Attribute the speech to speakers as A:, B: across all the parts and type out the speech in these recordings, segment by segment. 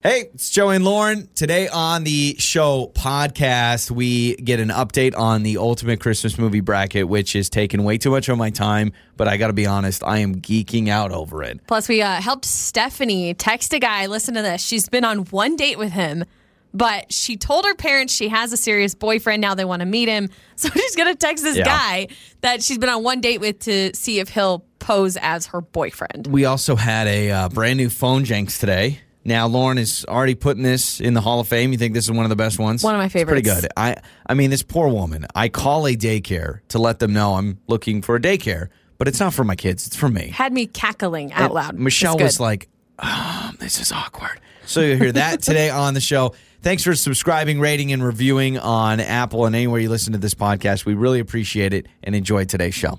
A: Hey, it's Joey and Lauren. Today on the show podcast, we get an update on the ultimate Christmas movie bracket, which is taking way too much of my time. But I got to be honest, I am geeking out over it.
B: Plus, we uh, helped Stephanie text a guy. Listen to this. She's been on one date with him, but she told her parents she has a serious boyfriend. Now they want to meet him. So she's going to text this
A: Yeah.
B: guy that she's been on one date with to see if he'll pose as her boyfriend.
A: We also had a uh, brand new phone janks today. Now, Lauren is already putting this in the Hall of Fame. You think this is one of the best ones?
B: One of my
A: It's pretty
B: favorites.
A: good. I, I mean, this poor woman. I call a daycare to let them know I'm looking for a daycare, but it's not for my kids. It's for me.
B: Had me cackling out
A: And
B: loud. It's
A: Michelle
B: good.
A: was like, um, this is awkward. So you'll hear that today on the show. Thanks for subscribing, rating, and reviewing on Apple and anywhere you listen to this podcast. We really appreciate it and enjoy today's show.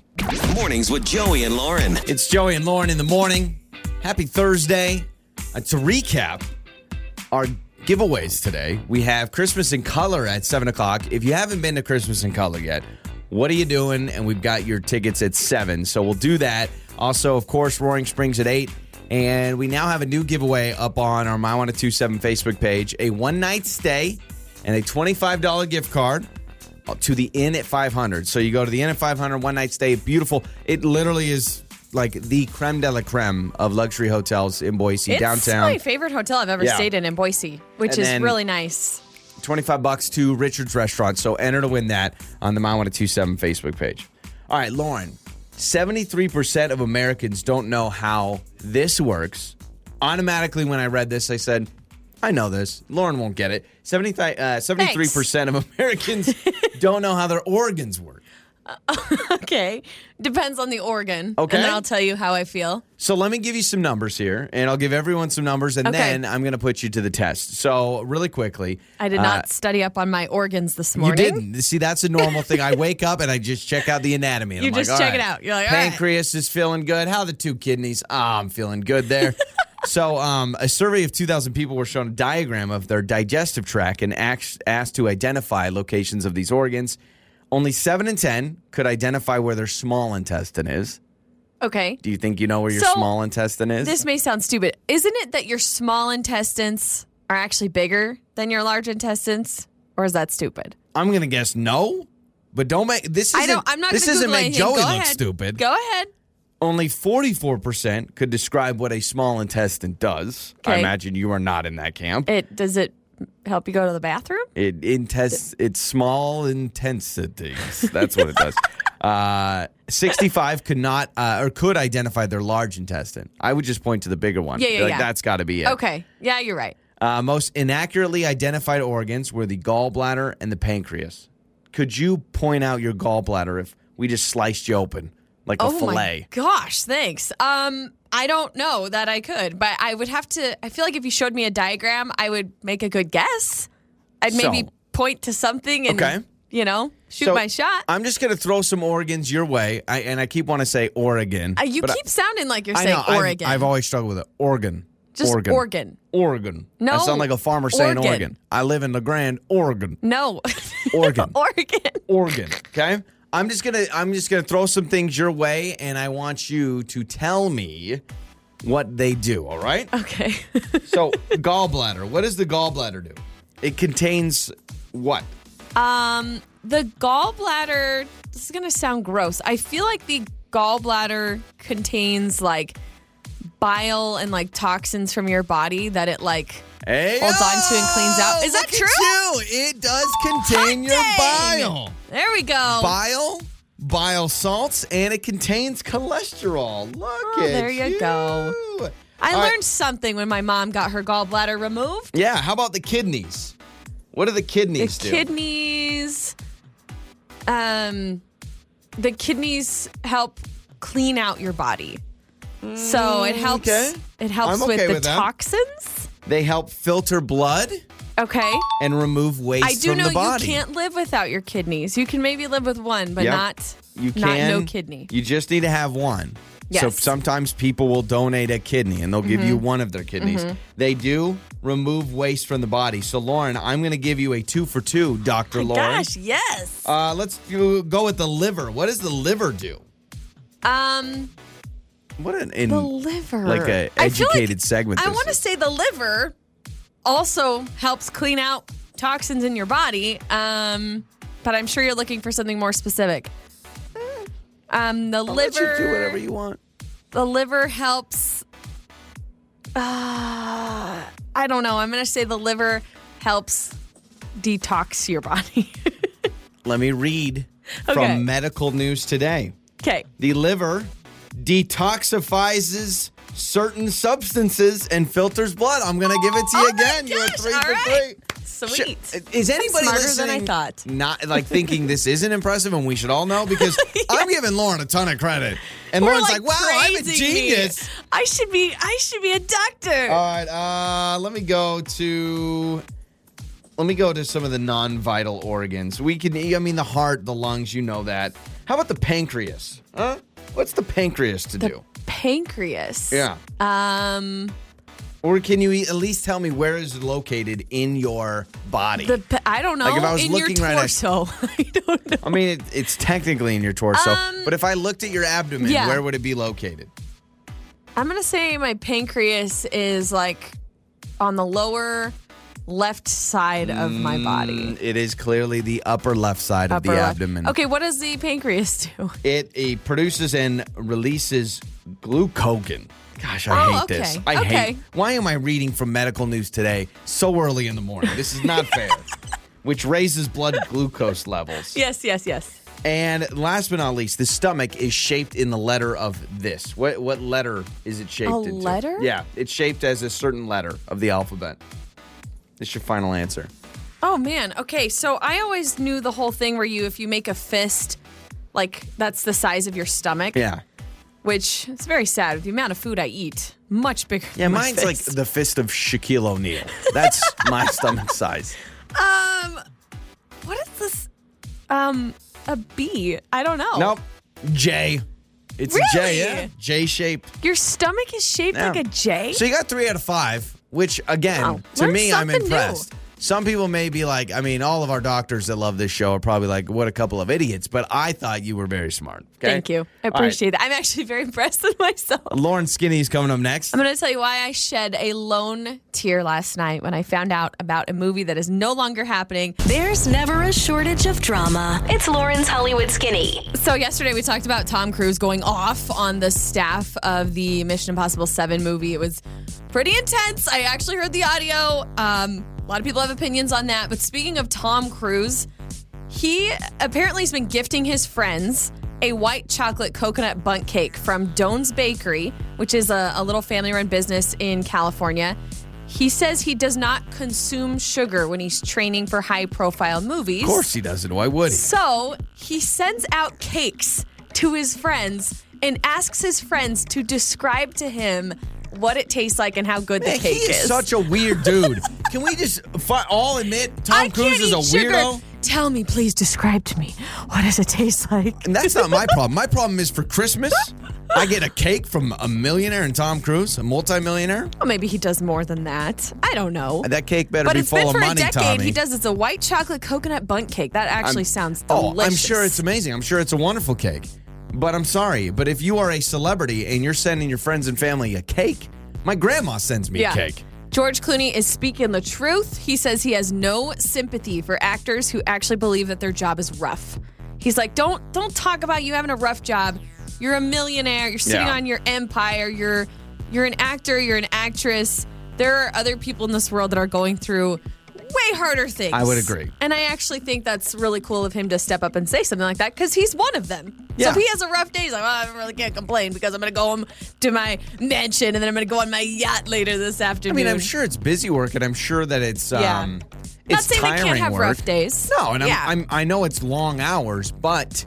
C: Mornings with Joey and Lauren.
A: It's Joey and Lauren in the morning. Happy Thursday. Uh, to recap our giveaways today, we have Christmas in Color at 7 o'clock. If you haven't been to Christmas in Color yet, what are you doing? And we've got your tickets at 7. So we'll do that. Also, of course, Roaring Springs at 8. And we now have a new giveaway up on our My 1027 Facebook page a one night stay and a $25 gift card to the Inn at 500. So you go to the Inn at 500, one night stay, beautiful. It literally is like the creme de la creme of luxury hotels in Boise
B: it's
A: downtown.
B: my favorite hotel I've ever
A: Yeah.
B: stayed in in Boise, which
A: And
B: is
A: then-
B: really nice.
A: 25 bucks to Richard's Restaurant. So enter to win that on the My 1027 Facebook page. All right, Lauren, 73% of Americans don't know how this works. Automatically, when I read this, I said, I know this. Lauren won't get it. 70, uh, 73% of Americans don't know how their organs work.
B: Okay. Depends on the organ.
A: Okay.
B: And then I'll tell you how I feel.
A: So let me give you some numbers here, and I'll give everyone some numbers, and
B: Okay.
A: then I'm going to put you to the test. So really quickly,
B: I did
A: uh,
B: not study up on my organs this
A: you
B: morning.
A: didn't see that's a normal thing. I wake up and I just check out the anatomy. And
B: You
A: I'm
B: just
A: like,
B: check
A: all
B: it
A: right,
B: out. You're like, all right.
A: pancreas is feeling good. How are the two kidneys? Ah, I'm feeling good there. so um, a survey of 2,000 people were shown a diagram of their digestive tract and ax- asked to identify locations of these organs. Only seven in ten could identify where their small intestine is.
B: Okay.
A: Do you think you know where your
B: So,
A: small intestine is?
B: This may sound stupid. Isn't it that your small intestines are actually bigger than your large intestines? Or is that stupid?
A: I'm gonna guess no, but don't make this. Isn't,
B: I don't. I'm not.
A: This
B: gonna
A: doesn't
B: Google
A: make
B: anything.
A: Joey
B: Go
A: look
B: ahead.
A: stupid.
B: Go ahead.
A: Only 44 percent could describe what a small intestine does. I
B: Okay.
A: imagine you are not in that camp.
B: It does it help you go to the bathroom?
A: It intest. It's small intensities. That's what it does. Uh, 65 could not uh, or could identify their large intestine. I would just point to the bigger one.
B: Yeah, yeah,
A: Like,
B: yeah.
A: That's got to be it.
B: Okay. Yeah, you're right.
A: Uh, most inaccurately identified organs were the gallbladder and the pancreas. Could you point out your gallbladder if we just sliced you open like a
B: oh my
A: fillet?
B: gosh! Thanks. Um, I don't know that I could, but I would have to. I feel like if you showed me a diagram, I would make a good guess. I'd maybe
A: So-
B: point to something and
A: Okay.
B: you know shoot
A: So,
B: my shot.
A: I'm just gonna throw some organs your way, I, and I keep want to say Oregon.
B: Uh, you
A: but I-
B: keep sounding like you're
A: I
B: saying
A: know, I've-
B: Oregon.
A: I've, always struggled with it. Oregon.
B: Just
A: Oregon.
B: organ.
A: Oregon. I
B: No,
A: sound like a farmer saying
B: Oregon.
A: Oregon. I live in LeGrand, Oregon.
B: no.
A: Oregon.
B: Oregon.
A: Oregon. Okay. I'm just gonna I'm just gonna throw some things your way, and I want you to tell me what they do. All right.
B: Okay.
A: So, gallbladder. What does the gallbladder do? It contains what?
B: Um, the gallbladder. This is gonna sound gross. I feel like the gallbladder contains like bile and like toxins from your body that it like.
A: Hey, oh,
B: Holds on to and cleans out. Is that
A: look at
B: true?
A: you. It does contain your
B: Dang!
A: bile,
B: There we go.
A: bile, bile salts, and it contains cholesterol. Look
B: Oh,
A: at
B: there you go.
A: you.
B: I
A: All
B: learned
A: right.
B: something when my mom got her gallbladder removed.
A: Yeah. How about the kidneys? What do the
B: The
A: kidneys do?
B: kidneys. Um, the kidneys help clean out your body. So it helps.
A: Mm, okay.
B: It helps
A: I'm okay
B: with the
A: with that.
B: toxins.
A: they help filter blood
B: Okay.
A: and remove waste
B: I do
A: from
B: know
A: the
B: you
A: body.
B: can't live without your kidneys. You can maybe live with one, but
A: Yep.
B: not
A: You can
B: not no kidney.
A: You just need to have one. So
B: Yes. Mm-hmm.
A: sometimes people will donate a kidney and they'll give you one of their kidneys. They do remove waste from the body. So Lauren, I'm going to give you a 2 for 2, Dr. Lauren.
B: Gosh, yes.
A: Uh let's do, go with the liver. What does the liver do?
B: Um,
A: What an in
B: the liver.
A: like a
B: I feel like
A: educated segment
B: I
A: this
B: want to
A: is.
B: say the liver also helps clean out toxins in your body. Um, but I'm sure you're looking for something more specific. Um, the liver.
A: Let you do whatever you want.
B: the liver helps. Uh, I don't know. I'm going to say the liver helps detox your body.
A: Let me read
B: Okay.
A: from medical news today.
B: okay.
A: The liver detoxifies certain substances and filters blood. I'm going to give it to you
B: Oh my
A: again. You're
B: gosh,
A: three
B: all
A: for
B: right.
A: three.
B: Sweet.
A: Sh- uh, Is anybody
B: smarter
A: listening?
B: than I thought.
A: Not like thinking this isn't impressive, and we should all know because I'm giving Lauren a ton of credit, and
B: We're,
A: Lauren's like, "Wow, I'm a
B: praising me.
A: genius."
B: I should be. I should be a doctor.
A: All right, uh, let me go to let me go to some of the non-vital organs. We can, I mean, the heart, the lungs, you know that. How about the pancreas? Huh? What's the pancreas to do?
B: Pancreas.
A: Yeah.
B: Um.
A: Or can you e, at least tell me where is it located in your body?
B: The. pa- I don't know.
A: Like, if I was
B: in
A: looking
B: your
A: right at-
B: torso. I don't know.
A: I mean, it, it's technically in your torso,
B: Um,
A: but if I looked at your abdomen,
B: yeah.
A: where would it be located?
B: I'm gonna say my pancreas is like on the lower left side of my body.
A: It is clearly the upper left side of
B: Upper
A: Mm, the
B: left.
A: abdomen.
B: Okay, what does the pancreas do?
A: It, it produces and releases glucagon. Gosh, I
B: Oh,
A: hate
B: okay.
A: this. I
B: Okay.
A: hate. Why am I reading from medical news today so early in the morning? This is not fair. Which raises blood glucose levels.
B: Yes, yes, yes.
A: And last but not least, the stomach is shaped in the letter of this. What what letter is it shaped
B: A
A: into?
B: letter?
A: Yeah, it's shaped as a certain letter of the alphabet. It's your final answer.
B: Oh man. Okay, so I always knew the whole thing where you if you make a fist, like that's the size of your stomach.
A: Yeah.
B: Which it's very sad with the amount of food I eat. Much bigger.
A: Yeah,
B: than
A: mine's
B: my
A: like
B: fist.
A: the fist of Shaquille O'Neal. That's my stomach size.
B: um what is this? Um a bee. I don't know.
A: Nope. J. It's a
B: Oh. Really?
A: J, yeah. J shape.
B: Your stomach is shaped
A: Yeah.
B: like a J?
A: So you got three out of five, which again,
B: Wow.
A: to
B: Learn
A: me, I'm
B: something new.
A: impressed. Some people may be like, I mean, all of our doctors that love this show are probably like, what a couple of idiots, but I thought you were very smart. okay?
B: Thank you. I
A: All right.
B: appreciate that. I'm actually very impressed with myself.
A: Lauren Skinny is coming up next.
B: I'm going to tell you why I shed a lone tear last night when I found out about a movie that is no longer happening.
D: There's never a shortage of drama. It's Lauren's Hollywood Skinny.
B: So, yesterday we talked about Tom Cruise going off on the staff of the Mission Impossible 7 movie. It was pretty intense. I actually heard the audio. Um, a lot of people have opinions on that. But speaking of Tom Cruise, he apparently has been gifting his friends a white chocolate coconut bunt cake from Doan's Bakery, which is a, a little family run business in California. He says he does not consume sugar when he's training for high profile movies.
A: of course he doesn't. Why would he?
B: So he sends out cakes to his friends and asks his friends to describe to him what it tastes like and how good
A: Man,
B: the cake
A: he is,
B: is.
A: such a weird dude. Can we just fi- all admit Tom
B: I
A: Cruise
B: can't
A: is
B: eat
A: a
B: sugar.
A: weirdo?
B: Tell me, please describe to me what does it taste like?
A: And that's not my problem. My problem is for Christmas, I get a cake from a millionaire and Tom Cruise, a multimillionaire.
B: Well, Oh, maybe he does more than that. I don't know.
A: That cake better
B: but
A: be
B: it's been
A: full of
B: for a
A: money,
B: decade.
A: Tommy.
B: He does. It's a white chocolate coconut bunt cake. That actually sounds
A: Oh,
B: delicious.
A: I'm sure it's amazing. I'm sure it's a wonderful cake. But I'm sorry, but if you are a celebrity and you're sending your friends and family a cake, my grandma sends me a cake.
B: George Clooney is speaking the truth. He says he has no sympathy for actors who actually believe that their job is rough. He's like, don't don't talk about you having a rough job. You're a millionaire. You're sitting
A: Yeah.
B: on your empire. You're you're an actor. You're an actress. There are other people in this world that are going through way harder things.
A: I would agree.
B: And I actually think that's really cool of him to step up and say something like that because he's one of them.
A: Yeah.
B: So if he has a rough day, he's like, well, I really can't complain because I'm going to go home to my mansion and then I'm going to go on my yacht later this
A: I
B: afternoon.
A: mean, I'm sure it's busy work and I'm sure that it's
B: Yeah.
A: um
B: Not
A: it's
B: saying they
A: tiring
B: can't have
A: work.
B: rough days.
A: No, and I'm,
B: Yeah.
A: I'm I know it's long hours, but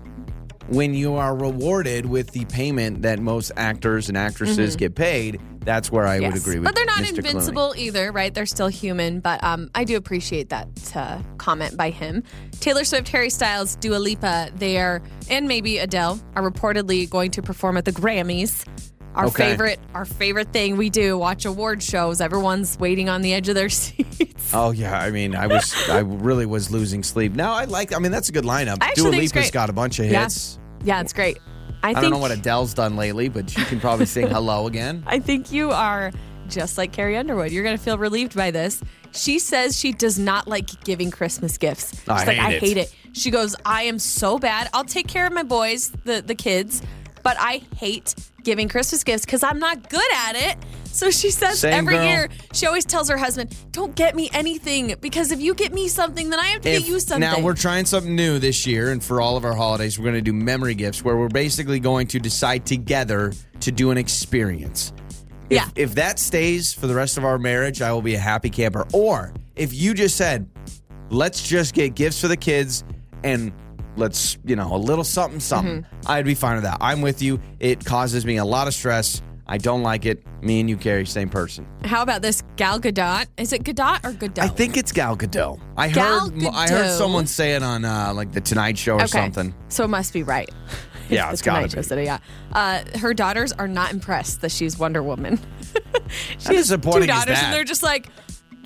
A: when you are rewarded with the payment that most actors and actresses get paid, that's where I would
B: Mm-hmm. Yes.
A: agree with
B: But they're not
A: Mr. Clooney.
B: invincible either, right? They're still human. But um, I do appreciate that uh, comment by him. Taylor Swift, Harry Styles, Dua Lipa, they are, and maybe Adele, are reportedly going to perform at the Grammys. Our
A: Okay.
B: favorite, our favorite thing we do: watch award shows. Everyone's waiting on the edge of their seats.
A: Oh yeah, I mean, I was, I really was losing sleep. Now I like, I mean, that's a good lineup.
B: I
A: Dua
B: actually think
A: Lipa's
B: it's great.
A: got a bunch of
B: Yeah.
A: hits.
B: Yeah, it's great. I,
A: I
B: think
A: don't know what Adele's done lately, but she can probably sing "Hello" again.
B: I think you are just like Carrie Underwood. You're going to feel relieved by this. She says she does not like giving Christmas gifts. She's
A: I
B: like,
A: hate
B: I
A: it."
B: hate it. She goes, I am so bad. I'll take care of my boys, the, the kids, but I hate giving Christmas gifts because I'm not good at it. So she says
A: Same
B: every
A: girl.
B: year, she always tells her husband, Don't get me anything because if you get me something, then I have to
A: If-
B: get you something.
A: Now we're trying something new this year, and for all of our holidays, we're going to do memory gifts, where we're basically going to decide together to do an experience. If,
B: Yeah.
A: If that stays for the rest of our marriage, I will be a happy camper. Or if you just said, "Let's just get gifts for the kids," and let's you know a little something something,
B: Mm-hmm.
A: I'd be fine with that. I'm with you. It causes me a lot of stress. I don't like it. Me and you, Carrie, same person.
B: How about this Gal Gadot? Is it Gadot or Gadot?
A: I think it's Gal Gadot. I
B: Gal
A: heard I heard
B: Gadot.
A: someone say it on uh, like the Tonight Show or something.
B: So it must be right.
A: Yeah,
B: The
A: it's gotta
B: Tonight Show
A: be.
B: said it, yeah. Uh, her daughters are not impressed that she's Wonder Woman. she
A: How
B: has
A: disappointing
B: two
A: is
B: daughters,
A: that?
B: and they're just like,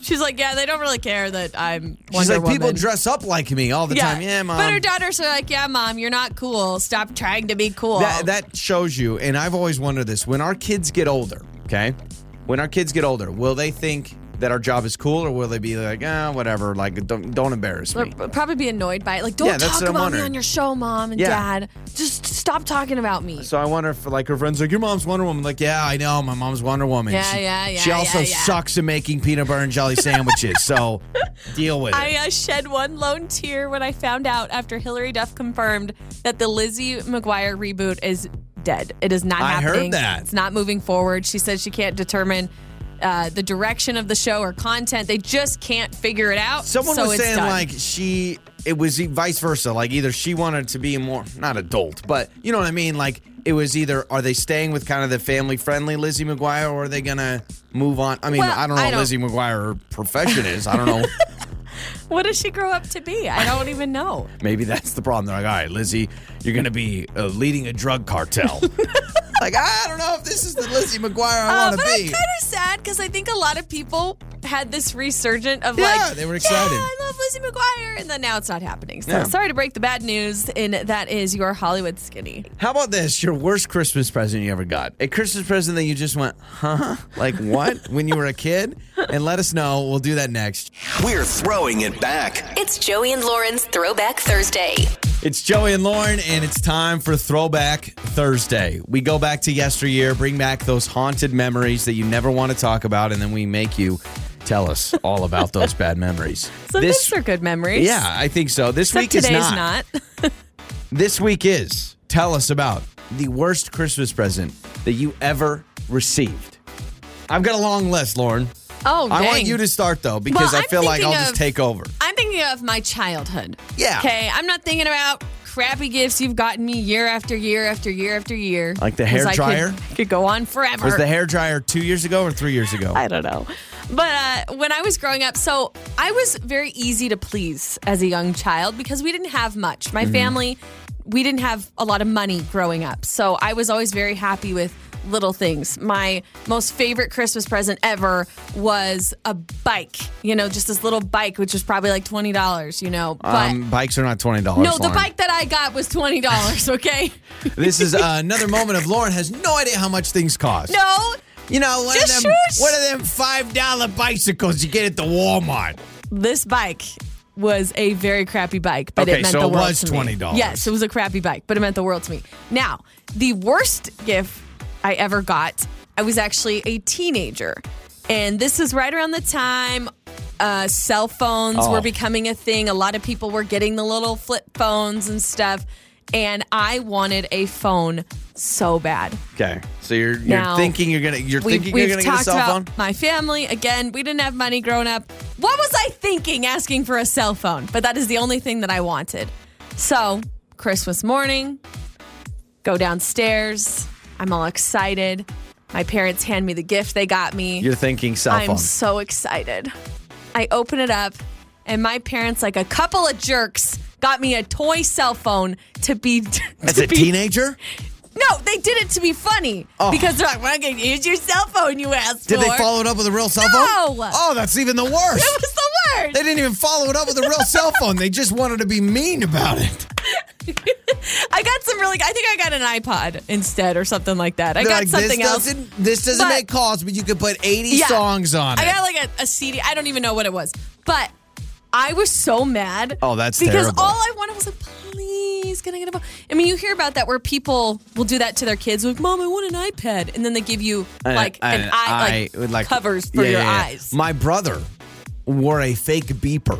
B: she's like, yeah, they don't really care that I'm Wonder
A: She's like
B: Woman.
A: people dress up like me all the time. Yeah, mom.
B: But her daughters are like, yeah, mom, you're not cool. Stop trying to be cool.
A: that that shows you, and I've always wondered this: when our kids get older, okay, when our kids get older, will they think that our job is cool, or will they be like, ah, whatever, like don't don't embarrass me?
B: They'll probably be annoyed by it. Like, don't
A: Yeah, that's
B: talk
A: what
B: about
A: I'm
B: me
A: wondering.
B: on your show, mom and
A: Yeah.
B: dad. Just stop talking about me.
A: So I wonder if like her friends like your mom's Wonder Woman. Like, yeah, I know my mom's Wonder Woman.
B: Yeah,
A: she,
B: yeah, yeah,
A: She also
B: yeah, yeah.
A: sucks at making peanut butter and jelly sandwiches. so deal with it.
B: I uh, shed one lone tear when I found out after Hillary Duff confirmed that the Lizzie McGuire reboot is dead. It is not
A: I heard
B: happening.
A: that.
B: It's not moving forward. She said she can't determine uh, the direction of the show or content. They just can't figure it out.
A: Someone
B: so
A: was
B: it's
A: saying
B: done.
A: like she it was e- vice versa. Like either she wanted to be more not adult, but you know what I mean. Like it was either are they staying with kind of the family friendly Lizzie McGuire or are they gonna move on? I mean,
B: Well,
A: I don't know
B: I
A: what
B: don't-
A: Lizzie McGuire her profession is. I don't know.
B: what does she grow up to be? I don't even know.
A: Maybe that's the problem. They're like, all right, Lizzie, you're gonna be uh, leading a drug cartel. like I don't know if this is the Lizzie McGuire I
B: Uh,
A: want
B: but
A: to
B: I'm
A: be.
B: kind of sad because I think a lot of people had this resurgent of
A: Yeah,
B: like,
A: they were excited.
B: Yeah, I love Lizzie McGuire, and then now it's not happening. So
A: Yeah.
B: sorry to break the bad news, and that is your Hollywood skinny.
A: How about this? Your worst Christmas present you ever got? A Christmas present that you just went, huh? Like what? when you were a kid? And let us know. We'll do that next.
C: We're throwing it back.
D: It's Joey and Lauren's Throwback Thursday.
A: It's Joey and Lauren, and it's time for Throwback Thursday. We go back to yesteryear, bring back those haunted memories that you never want to talk about, and then we make you tell us all about those bad memories.
B: So these are good memories.
A: yeah, I think so. This
B: Except
A: week
B: today's
A: is
B: not.
A: This week is tell us about the worst Christmas present that you ever received. I've got a long list, Lauren.
B: Oh,
A: I want
B: dang.
A: you to start though because
B: Well,
A: I
B: I'm
A: feel like I'll
B: thinking
A: just
B: of-
A: take over.
B: I'm thinking of my childhood.
A: Yeah.
B: Okay. I'm not thinking about crappy gifts you've gotten me year after year after year after year.
A: Like the
B: 'Cause
A: hair
B: I could-
A: dryer?
B: I could go on forever.
A: Was the hair dryer two years ago or three years ago?
B: I don't know. But uh, when I was growing up, so I was very easy to please as a young child because we didn't have much. My family, we didn't have a lot of money growing up. So I was always very happy with little things. My most favorite Christmas present ever was a bike, you know, just this little bike, which was probably like $20, you know. But
A: um, bikes are not twenty dollars.
B: no, the bike that I got was $20, okay?
A: This is uh, another moment of Lauren has no idea how much things cost.
B: no.
A: you know one of
B: Just
A: them,
B: shoes.
A: one of them five dollar bicycles you get at the Walmart.
B: this bike was a very crappy bike, but
A: Okay,
B: it meant
A: so
B: the
A: it
B: world
A: was
B: to me.
A: $20.
B: Yes, it was a crappy bike, but it meant the world to me. Now, the worst gift I ever got, I was actually a teenager. And this is right around the time uh, cell phones
A: Oh.
B: were becoming a thing. A lot of people were getting the little flip phones and stuff. And I wanted a phone so bad
A: Okay, so you're you're
B: Now,
A: thinking you're gonna you're thinking you're gonna get a
B: talked
A: cell phone.
B: about my family again. We didn't have money growing up. What was I thinking asking for a cell phone? But that is the only thing that I wanted. So Christmas morning, go downstairs. I'm all excited. My parents hand me the gift they got me.
A: You're thinking cell
B: I'm
A: phone.
B: so excited. I open it up, and my parents, like a couple of jerks, got me a toy cell phone to be. To
A: As a
B: be-
A: teenager,
B: no, they did it to be funny
A: Oh.
B: because they're like, "We're not going to use your cell phone you asked
A: did
B: for."
A: they follow it up with a real cell
B: No.
A: phone? Oh, that's even the worst.
B: It was the
A: They
B: worst.
A: didn't even follow it up with a real cell phone. They just wanted to be mean about it.
B: I got some really. I think I got an iPod instead or something like that. I
A: They're
B: got
A: like,
B: something
A: this
B: else.
A: Doesn't, this doesn't
B: But-
A: make calls, but you could put 80
B: Yeah.
A: songs on it.
B: I got like a, a CD. I don't even know what it was, but I was so mad.
A: Oh, that's
B: because
A: terrible.
B: all I wanted was like, please, can I get a? bo-" I mean, you hear about that where people will do that to their kids, like, "Mom, I want an iPad," and then they give you
A: Uh,
B: like an, eye, like,
A: with,
B: covers for
A: yeah,
B: your
A: yeah, yeah.
B: eyes.
A: My brother wore a fake beeper.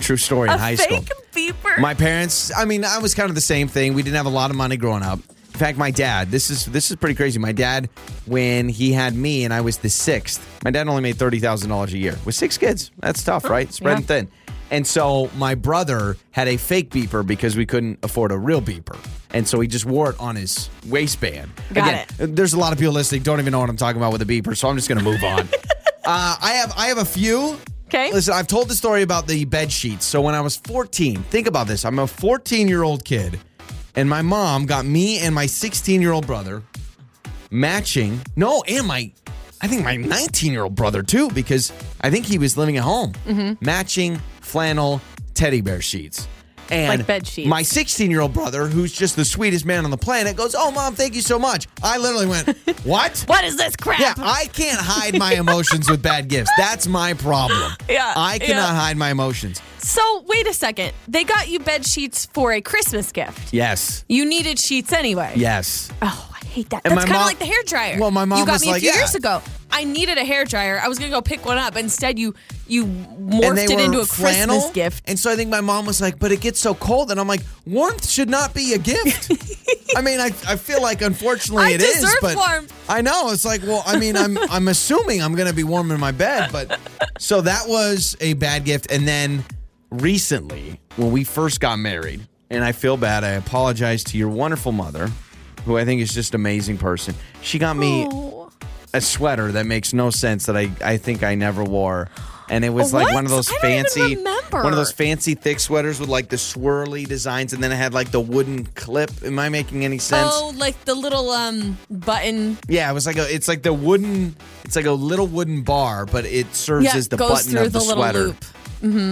A: True story in
B: a
A: high
B: fake
A: school.
B: beeper.
A: My parents, I mean, I was kind of the same thing. We didn't have a lot of money growing up. In fact, my dad, this is this is pretty crazy. My dad, when he had me and I was the sixth, my dad only made thirty thousand dollars a year. With six kids. That's tough, right? Spread and
B: Oh, yeah.
A: thin. And so my brother had a fake beeper because we couldn't afford a real beeper. And so he just wore it on his waistband.
B: Got
A: Again, there's a lot of people listening don't even know what I'm talking about with a beeper, so I'm just gonna move on. uh, I have I have a few.
B: 'Kay.
A: Listen, I've told the story about the bed sheets. So when I was 14, think about this. I'm a 14 year old kid, and my mom got me and my 16 year old brother matching. No, and my I think my 19 year old brother too, because I think he was living at home.
B: Mm-hmm.
A: Matching flannel teddy bear sheets. And
B: Like bed sheets.
A: my 16 year old brother, who's just the sweetest man on the planet, goes, Oh, mom, thank you so much. I literally went, What?
B: what is this crap?
A: Yeah, I can't hide my emotions with bad gifts. That's my problem.
B: Yeah,
A: I cannot
B: yeah.
A: hide my emotions.
B: so wait a second. They got you bed sheets for a Christmas gift.
A: Yes.
B: You needed sheets anyway.
A: Yes.
B: Oh, I hate that.
A: And
B: That's
A: my
B: kind of
A: mom-
B: like the hair dryer.
A: Well, my mom
B: you got
A: was
B: me
A: like,
B: a few
A: yeah.
B: years ago. I needed a hair dryer. I was gonna go pick one up. Instead, you you
A: and
B: morphed
A: they
B: it
A: were
B: into a
A: flannel.
B: Christmas gift.
A: And so I think my mom was like, but it gets so cold. And I'm like, warmth should not be a gift. I mean, I, I feel like unfortunately
B: I
A: it is,
B: deserve
A: but
B: warmth.
A: I know. It's like, well, I mean, I'm I'm assuming I'm gonna be warm in my bed, but so that was a bad gift. And then recently, when we first got married, and I feel bad, I apologize to your wonderful mother, who I think is just an amazing person. She got me
B: Oh.
A: a sweater that makes no sense that I, I think I never wore. And it was like
B: What?
A: one of those
B: I don't even
A: fancy
B: remember.
A: one of those fancy thick sweaters with like the swirly designs and then it had like the wooden clip. Am I making any sense?
B: Oh, like the little um button.
A: Yeah, it was like a it's like the wooden it's like a little wooden bar, but it serves
B: Yeah,
A: as the
B: goes
A: button
B: through
A: of the,
B: the little
A: sweater.
B: loop. Mm-hmm.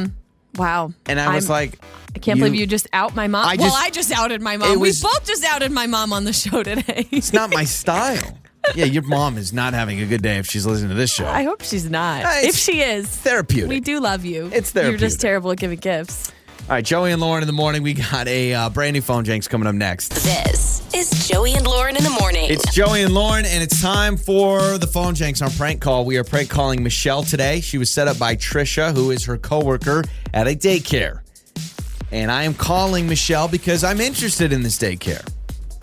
B: Wow.
A: And I was
B: I'm-
A: like
B: I can't believe you just out my mom.
A: I
B: well,
A: just-
B: I just outed my
A: it
B: mom.
A: was-
B: we both just outed my mom on the show today.
A: It's not my style. yeah, your mom is not having a good day if she's listening to this show.
B: I hope she's not.
A: Uh, it's
B: if she is,
A: therapeutic.
B: we do love you.
A: It's
B: You're
A: therapeutic.
B: just terrible at giving gifts.
A: All right, Joey and Lauren in the morning. We got a uh, brand new phone janks coming up next.
D: This is Joey and Lauren in the morning.
A: It's Joey and Lauren, and it's time for the phone janks on prank call. We are prank calling Michelle today. She was set up by Trisha, who is her coworker at a daycare. And I am calling Michelle because I'm interested in this daycare.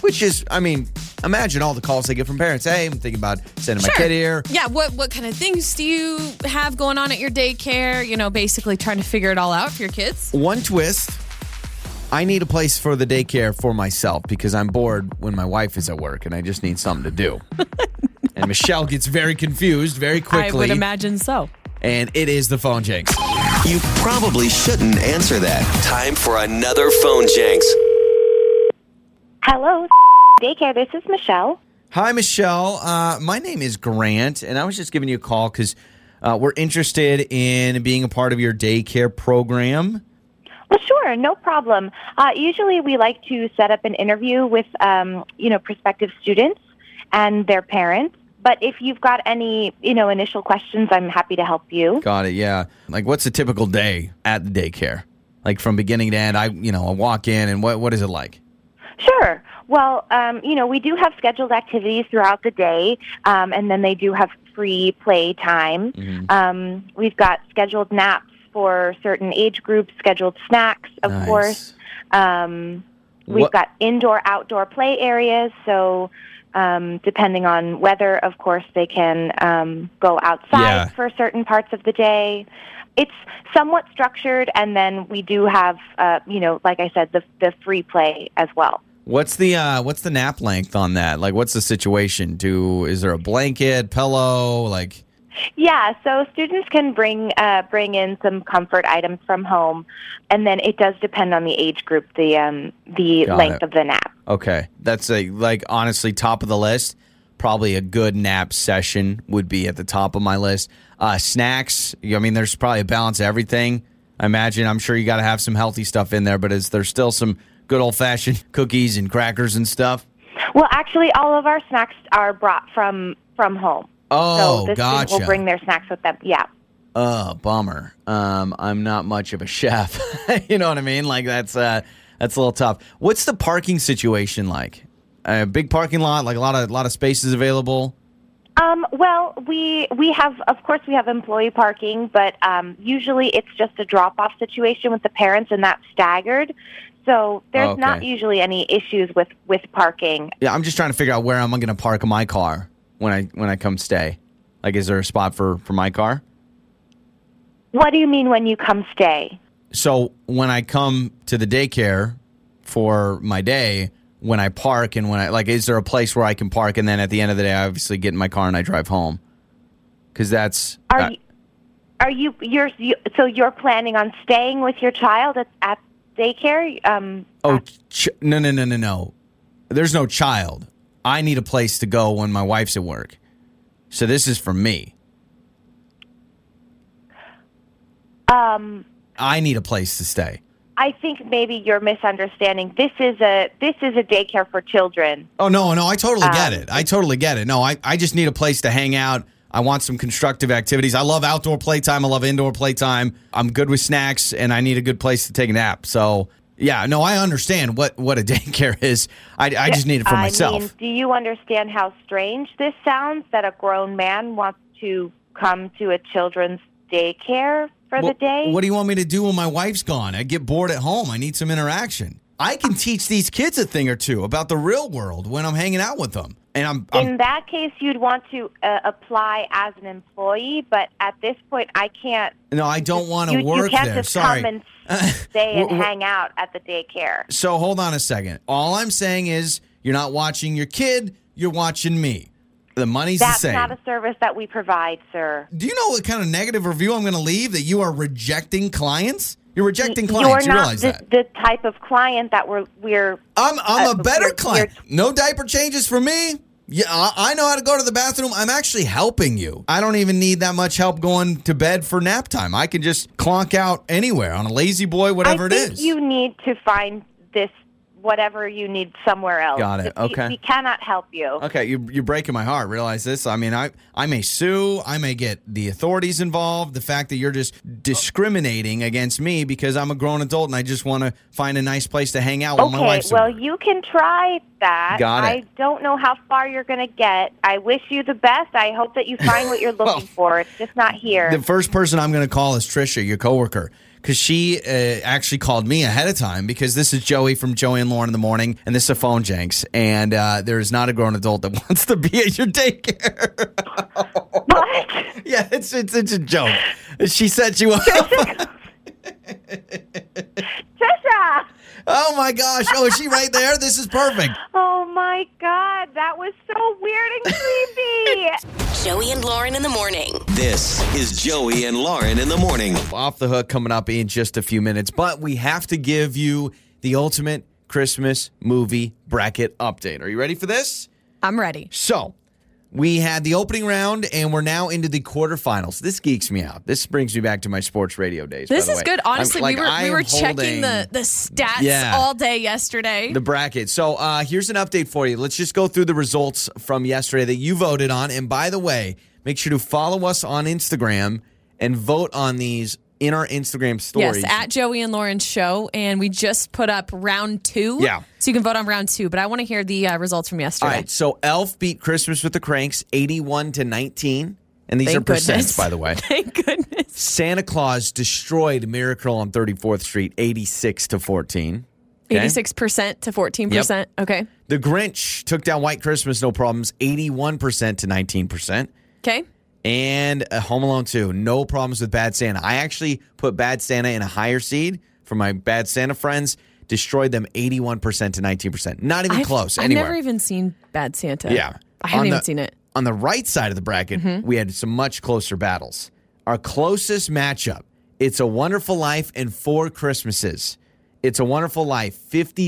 A: Which is, I mean, imagine all the calls they get from parents. Hey, I'm thinking about sending my
B: Sure.
A: kid here.
B: Yeah, what what kind of things do you have going on at your daycare? You know, basically trying to figure it all out for your kids.
A: One twist. I need a place for the daycare for myself because I'm bored when my wife is at work and I just need something to do. and Michelle gets very confused very quickly.
B: I would imagine so.
A: and it is the phone jinx.
C: You probably shouldn't answer that. Time for another phone jinx.
E: Hello, daycare. This is Michelle.
A: Hi, Michelle. Uh, my name is Grant, and I was just giving you a call because uh, we're interested in being a part of your daycare program.
E: Well, sure, no problem. Uh, usually, we like to set up an interview with, um, you know, prospective students and their parents. But if you've got any, you know, initial questions, I'm happy to help you.
A: Got it. Yeah. Like, what's a typical day at the daycare? Like from beginning to end. I, you know, I walk in, and what what is it like?
E: Sure. Well, um, you know, we do have scheduled activities throughout the day, um, and then they do have free play time. Um, we've got scheduled naps for certain age groups, scheduled snacks, of
A: Nice.
E: course. Um, we've
A: What-
E: got indoor outdoor play areas, so um, depending on weather, of course, they can um, go outside
A: Yeah.
E: for certain parts of the day. It's somewhat structured, and then we do have, uh, you know, like I said, the, the free play as well.
A: What's the uh, what's the nap length on that? Like, what's the situation? Do is there a blanket, pillow? Like,
E: Yeah, so students can bring uh, bring in some comfort items from home, and then it does depend on the age group, the um, the
A: Got
E: length
A: it.
E: of the nap.
A: Okay. That's a like honestly top of the list. Probably a good nap session would be at the top of my list. Uh snacks, I mean there's probably a balance of everything. I imagine I'm sure you got to have some healthy stuff in there, but is there still some good old fashioned cookies and crackers and stuff?
E: Well, actually, all of our snacks are brought from from home.
A: Oh,
E: so this student
A: gotcha.
E: will bring their snacks with them. Yeah.
A: Oh, bummer. Um, I'm not much of a chef. you know what I mean? Like that's uh, that's a little tough. What's the parking situation like? A big parking lot, like a lot of lot of spaces available.
E: Um, well, we we have, of course, we have employee parking, but um, usually it's just a drop-off situation with the parents, and that's staggered. So there's
A: Okay.
E: not usually any issues with with parking.
A: Yeah, I'm just trying to figure out where I'm going to park my car when I when I come stay. Like, is there a spot for for my car?
E: What do you mean when you come stay?
A: So when I come to the daycare for my day, when I park and when I like, is there a place where I can park? And then at the end of the day, I obviously get in my car and I drive home. Because that's
E: Are
A: uh,
E: you are you you're you, so you're planning on staying with your child at, at daycare? Um,
A: Oh, ch- no, no, no, no, no. There's no child. I need a place to go when my wife's at work. So this is for me.
E: um,
A: I need a place to stay.
E: I think maybe you're misunderstanding. This is a this is a daycare for children.
A: Oh, no, no. I totally get
E: Um,
A: it. I totally get it. No, I, I just need a place to hang out. I want some constructive activities. I love outdoor playtime. I love indoor playtime. I'm good with snacks and I need a good place to take a nap. So, yeah, no, I understand what, what a daycare is. I, I just need it for
E: I
A: myself.
E: mean, do you understand how strange this sounds that a grown man wants to come to a children's daycare for
A: Well,
E: the day?
A: What do you want me to do when my wife's gone? I get bored at home. I need some interaction. I can teach these kids a thing or two about the real world when I'm hanging out with them. And I'm, I'm
E: in that case, you'd want to uh, apply as an employee, but at this point, I can't.
A: no, I don't want
E: you,
A: to
E: you
A: work
E: can't
A: there.
E: just
A: Sorry.
E: come and stay and
A: Wh- wh-
E: hang out at the daycare.
A: so hold on a second. All I'm saying is you're not watching your kid. You're watching me. The money's
E: That's
A: the same.
E: not a service that we provide, sir.
A: do you know what kind of negative review I'm going to leave? That you are rejecting clients. You're rejecting
E: You're
A: clients. you
E: not
A: realize
E: the,
A: that.
E: the type of client that we're we're
A: I'm I'm a
E: Uh,
A: better
E: you're-
A: client. No diaper changes for me. Yeah, I I know how to go to the bathroom. I'm actually helping you. I don't even need that much help going to bed for nap time. I can just clonk out anywhere on a lazy boy, whatever
E: I
A: it
E: think
A: is.
E: You need to find this whatever you need somewhere else.
A: Got it.
E: We-
A: Okay.
E: We, cannot help you.
A: okay, you, you're breaking my heart. Realize this. I mean, I I may sue. I may get the authorities involved. The fact that you're just discriminating against me because I'm a grown adult and I just want to find a nice place to hang out with my
E: Okay,
A: wife.
E: well,
A: somewhere.
E: you can try that.
A: Got it.
E: I don't know how far you're going to get. I wish you the best. I hope that you find what you're looking for. It's just not here.
A: Oh. The first person I'm going to call is Trisha, your coworker, because she uh, actually called me ahead of time because this is Joey from Joey and Lauren in the morning, and this is a phone jinx, and uh, there is not a grown adult that wants to be at your daycare.
E: What?
A: yeah, it's, it's it's a joke. She set you up.
E: Trisha!
A: oh my gosh! Oh, is she right there? This is perfect.
E: Oh, my God. That was so weird and creepy.
D: Joey and Lauren in the morning.
C: This is Joey and Lauren in the morning.
A: off the hook coming up in just a few minutes, but we have to give you the ultimate Christmas movie bracket update. Are you ready for this?
B: I'm ready.
A: So we had the opening round, and we're now into the quarterfinals. This geeks me out. This brings me back to my sports radio days. by
B: This
A: the
B: is
A: way.
B: good.
A: I'm-
B: Honestly,
A: like,
B: we were
A: I
B: we
A: am
B: were checking
A: holding
B: the the stats
A: Yeah.
B: all day yesterday.
A: the bracket. So uh, here's an update for you. Let's just go through the results from yesterday that you voted on. And by the way, make sure to follow us on Instagram and vote on these in our Instagram stories.
B: yes, at Joey and Lauren's show, and we just put up round two.
A: Yeah.
B: so you can vote on round two. But I want to hear the uh, results from
A: All
B: yesterday.
A: right. So Elf beat Christmas with the Cranks 81 to 19. And these
B: Thank
A: are percents,
B: goodness.
A: by the way.
B: Thank goodness.
A: Santa Claus destroyed Miracle on 34th Street 86 to 14. Okay?
B: Eighty-six percent to fourteen percent. Okay.
A: The Grinch took down White Christmas no problems 81% to 19%.
B: Okay.
A: And uh, Home Alone 2, no problems with Bad Santa. I actually put Bad Santa in a higher seed for my Bad Santa friends, destroyed them 81% to 19%. Not even
B: I've-
A: close
B: I've
A: anywhere.
B: never even seen Bad Santa.
A: Yeah.
B: I haven't
A: On
B: even
A: the-
B: seen it. Mm-hmm.
A: On the right side of the bracket, we had some much closer battles. Our closest matchup, It's a Wonderful Life and Four Christmases. It's a Wonderful Life,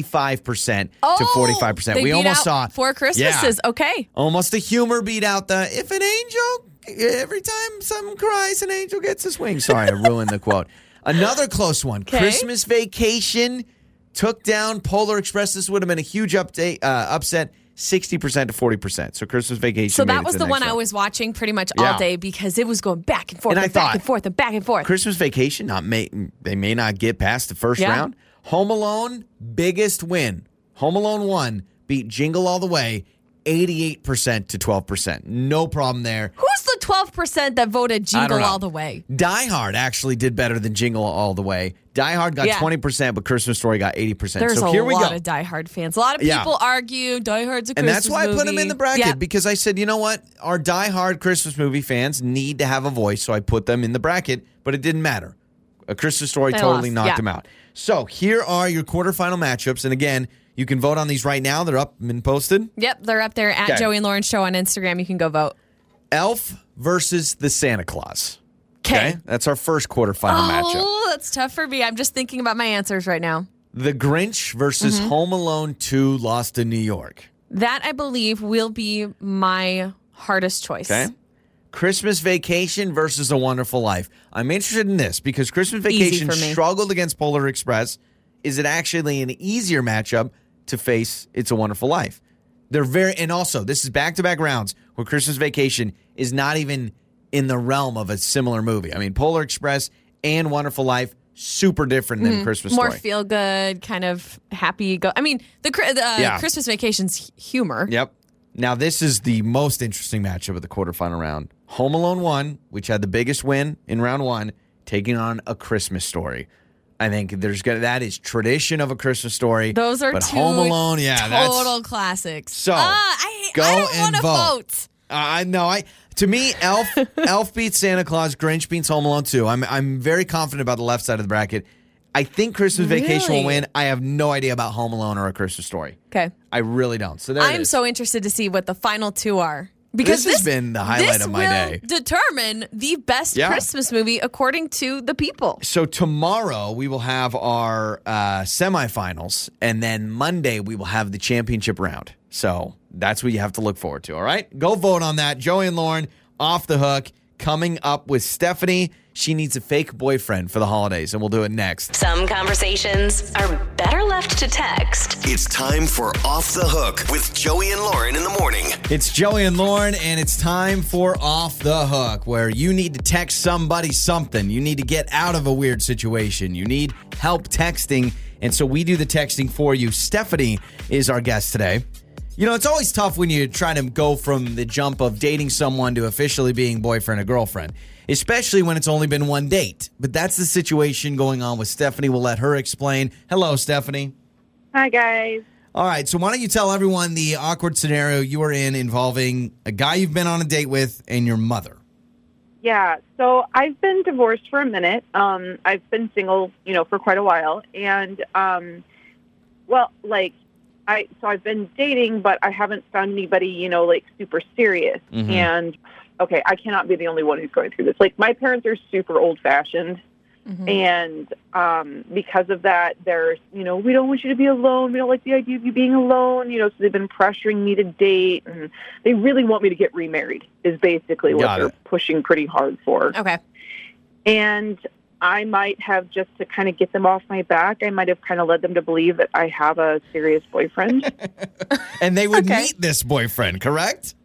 A: 55% to 45%.
B: Oh, they
A: we
B: beat
A: almost
B: out
A: saw
B: four Christmases.
A: Yeah.
B: Okay.
A: Almost the humor beat out the if an angel every time someone cries, an angel gets his wings. Sorry, I ruined the quote. Another close one. Christmas vacation took down Polar Express. This would have been a huge update, uh, upset, sixty percent to forty percent. So Christmas Vacation.
B: So
A: made
B: that
A: it
B: was
A: to
B: the
A: next
B: one I was watching pretty much
A: Yeah.
B: all day because it was going back and forth
A: And
B: and,
A: I
B: back
A: thought-
B: and forth and back and forth.
A: Christmas Vacation. Not may they may not get past the first
B: Yeah.
A: round. Home Alone biggest win. Home Alone one beat Jingle All the Way, eighty eight percent to twelve percent. No problem there.
B: Who's the 12% that voted
A: I don't
B: Jingle
A: know.
B: All the Way?
A: Die Hard actually did better than Jingle All the Way. Die Hard got
B: Yeah.
A: twenty percent, but Christmas Story got eighty percent.
B: There's
A: so
B: a
A: here we
B: lot
A: go.
B: of Die Hard fans. A lot of
A: Yeah.
B: people argue Die Hard's a
A: and
B: Christmas
A: that's why I put them in
B: movie.
A: the bracket
B: Yeah.
A: because I said, you know what, our diehard Christmas movie fans need to have a voice, so I put them in the bracket. But it didn't matter. A Christmas Story
B: They
A: totally
B: lost,
A: knocked
B: yeah.
A: them out. So here are your quarterfinal matchups, and again, you can vote on these right now. They're up and posted.
B: Yep, they're up there at
A: Okay.
B: Joey and Lauren Show on Instagram. You can go vote.
A: Elf versus the Santa Claus. that's our first quarterfinal matchup.
B: Oh, that's tough for me. I'm just thinking about my answers right now.
A: The Grinch versus
B: Mm-hmm.
A: Home Alone Two: Lost in New York.
B: That I believe will be my hardest choice.
A: Okay. Christmas Vacation versus A Wonderful Life. I'm interested in this because Christmas
B: Easy
A: Vacation
B: for me.
A: struggled against Polar Express. Is it actually an easier matchup to face It's a Wonderful Life? They're very, and also, this is back to back rounds where Christmas Vacation is not even in the realm of a similar movie. I mean, Polar Express and Wonderful Life, super different than Christmas
B: Mm-hmm. More
A: Story.
B: feel good, kind of happy. Go. I mean, the, cri- the uh,
A: Yeah.
B: Christmas vacation's h- humor.
A: Yep. Now this is the most interesting matchup of the quarterfinal round. Home Alone one, which had the biggest win in round one, taking on a Christmas story. I think there's gonna that is tradition of a Christmas story.
B: Those are
A: but
B: two
A: Home Alone, yeah,
B: total
A: that's
B: classics.
A: So,
B: Ah, I,
A: go
B: I don't
A: and
B: wanna
A: vote.
B: vote.
A: I know. I to me, Elf Elf beats Santa Claus, Grinch beats Home Alone two. I'm I'm very confident about the left side of the bracket. I think Christmas Vacation will
B: Really?
A: win. I have no idea about Home Alone or a Christmas story.
B: Okay.
A: I really don't. So there it
B: I'm
A: is.
B: so interested to see what the final two are because
A: This has been the highlight
B: this
A: of my
B: will
A: day.
B: Determine the best
A: Yeah.
B: Christmas movie according to the people.
A: So tomorrow we will have our uh, semifinals, and then Monday we will have the championship round. So that's what you have to look forward to. All right, go vote on that. Joey and Lauren off the hook. Coming up with Stephanie, she needs a fake boyfriend for the holidays, and we'll do it next.
D: Some conversations are better left to text.
C: It's time for Off the Hook with Joey and Lauren in the morning.
A: It's Joey and Lauren, and it's time for Off the Hook, where you need to text somebody something. You need to get out of a weird situation. You need help texting. And so we do the texting for you. Stephanie is our guest today. You know, it's always tough when you're trying to go from the jump of dating someone to officially being boyfriend or girlfriend, especially when it's only been one date. But that's the situation going on with Stephanie. We'll let her explain. Hello, Stephanie.
F: Hi, guys.
A: All right, so why don't you tell everyone the awkward scenario you were in involving a guy you've been on a date with and your mother?
E: Yeah. So I've been divorced for a minute. Um, I've been single, you know, for quite a while. And, um, well, like, I, so I've been dating, but I haven't found anybody, you know, like super serious.
A: Mhm.
E: And, okay, I cannot be the only one who's going through this. Like, my parents are super old fashioned. And um, because of that, there's, you know, we don't want you to be alone. We don't like the idea of you being alone. You know, so they've been pressuring me to date, and they really want me to get remarried. Is basically what
A: Got
E: they're
A: it.
E: pushing pretty hard for.
B: Okay.
E: And I might have just to kind of get them off my back. I might have kind of led them to believe that I have a serious boyfriend.
A: And they would
B: Okay.
A: meet this boyfriend, correct?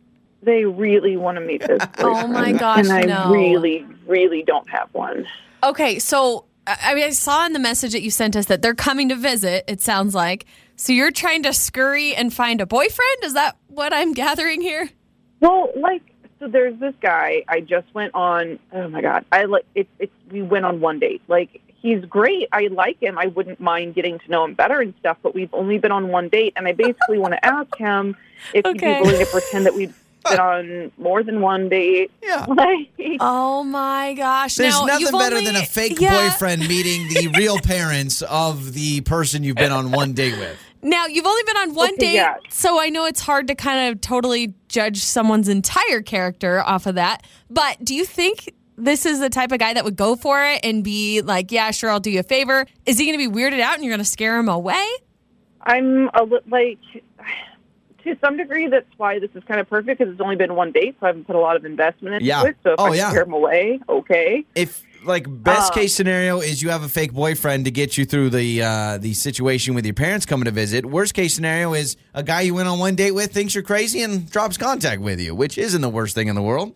E: they really want to meet this.
B: Oh my
E: boyfriend,
B: gosh,
E: And I
B: no.
E: really, really don't have one.
B: Okay. So I I mean, I saw in the message that you sent us that they're coming to visit. It sounds like. So you're trying to scurry and find a boyfriend? Is that what I'm gathering here?
E: Well, like, so there's this guy. I just went on. Oh my god, I like it's it's. We went on one date. Like he's great. I like him. I wouldn't mind getting to know him better and stuff. But we've only been on one date, and I basically want to ask him if
B: Okay.
E: he'd be willing to pretend that we've been on more than one date.
A: Yeah.
E: Like,
B: Oh my gosh!
A: There's
B: now,
A: nothing
B: you've
A: better
B: only-
A: than a fake
B: Yeah.
A: boyfriend meeting the real parents of the person you've been on one date with.
B: Now you've only been on one
E: Okay,
B: date,
E: yeah.
B: so I know it's hard to kind of totally judge someone's entire character off of that. But do you think this is the type of guy that would go for it and be like, "Yeah, sure, I'll do you a favor"? Is he going to be weirded out and you're going to scare him away?
E: I'm a li- like. To some degree, that's why this is kind of perfect because it's only been one date, so I haven't put a lot of investment into
A: Yeah.
E: it. So if
A: Oh,
E: I
A: yeah.
E: scare him away, okay.
A: If like
B: Oh.
A: best case scenario is you have a fake boyfriend to get you through the uh, the situation with your parents coming to visit. Worst case scenario is a guy you went on one date with thinks you're crazy and drops contact with you, which isn't the worst thing in the world.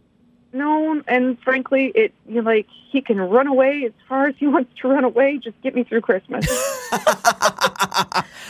E: No, and frankly, it you know, like he can run away as far as he wants to run away. Just get me through Christmas.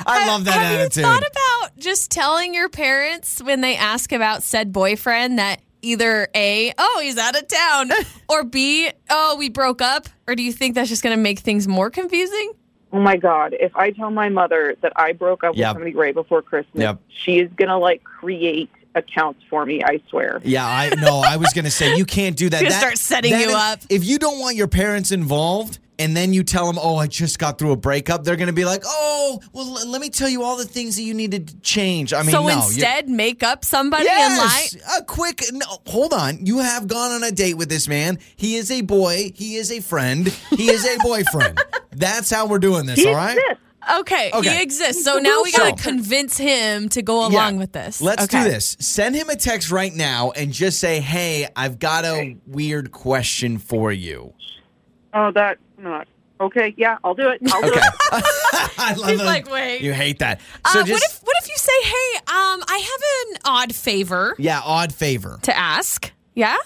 A: I love that
B: Have
A: attitude.
B: you thought about just telling your parents when they ask about said boyfriend that either A, oh, he's out of town, or B, oh, we broke up? Or do you think that's just going to make things more confusing?
E: oh my God! If I tell my mother that I broke up
A: Yep.
E: with somebody right before Christmas,
A: Yep.
E: she is gonna like create accounts for me. I swear.
A: yeah, I know. I was gonna say you can't do that.
B: Gonna
A: That-
B: start setting
A: that
B: you
A: if-
B: up.
A: If you don't want your parents involved, and then you tell them, "Oh, I just got through a breakup," they're gonna be like, "Oh, well, l- let me tell you all the things that you need to d- change." I mean,
B: so
A: no, you-
B: instead, make up somebody and lie?
A: Yes, a quick. No, hold on. You have gone on a date with this man. He is a boy. He is a friend. He is a boyfriend. That's how we're doing this. all right.
E: Yes.
B: Okay,
A: Okay.
B: he exists. So now we got to convince him to go
A: Yeah.
B: along with this.
A: Let's
B: okay.
A: do this. Send him a text right now and just say, "Hey, I've got a weird question for you."
E: Oh, that not okay. Yeah, I'll do it. I'll do
A: Okay.
E: it.
A: I love
B: He's
A: that.
B: like, wait.
A: You hate that.
B: Uh,
A: So
B: what
A: just
B: if what if you say, "Hey, um, I have an odd favor
A: yeah, odd favor.
B: to ask." Yeah.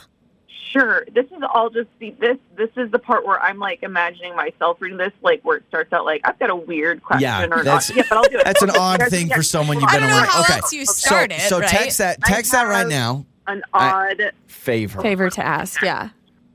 E: Sure. This is all just the, this. This is the part where I'm like imagining myself reading this, like where it starts out like I've got a weird question
A: Yeah,
E: or
A: that's-
E: not. Yeah, but I'll do it.
A: That's an odd
E: There's-
A: thing
E: yeah,
A: for someone you've
E: I
A: been
B: don't know
A: around.
B: how
A: okay.
B: else you
A: So-
B: start it,
A: So,
B: right?
A: text that text that right
E: have-
A: now.
E: An
A: I-
E: odd.
A: Favor.
B: Favor to ask. Yeah.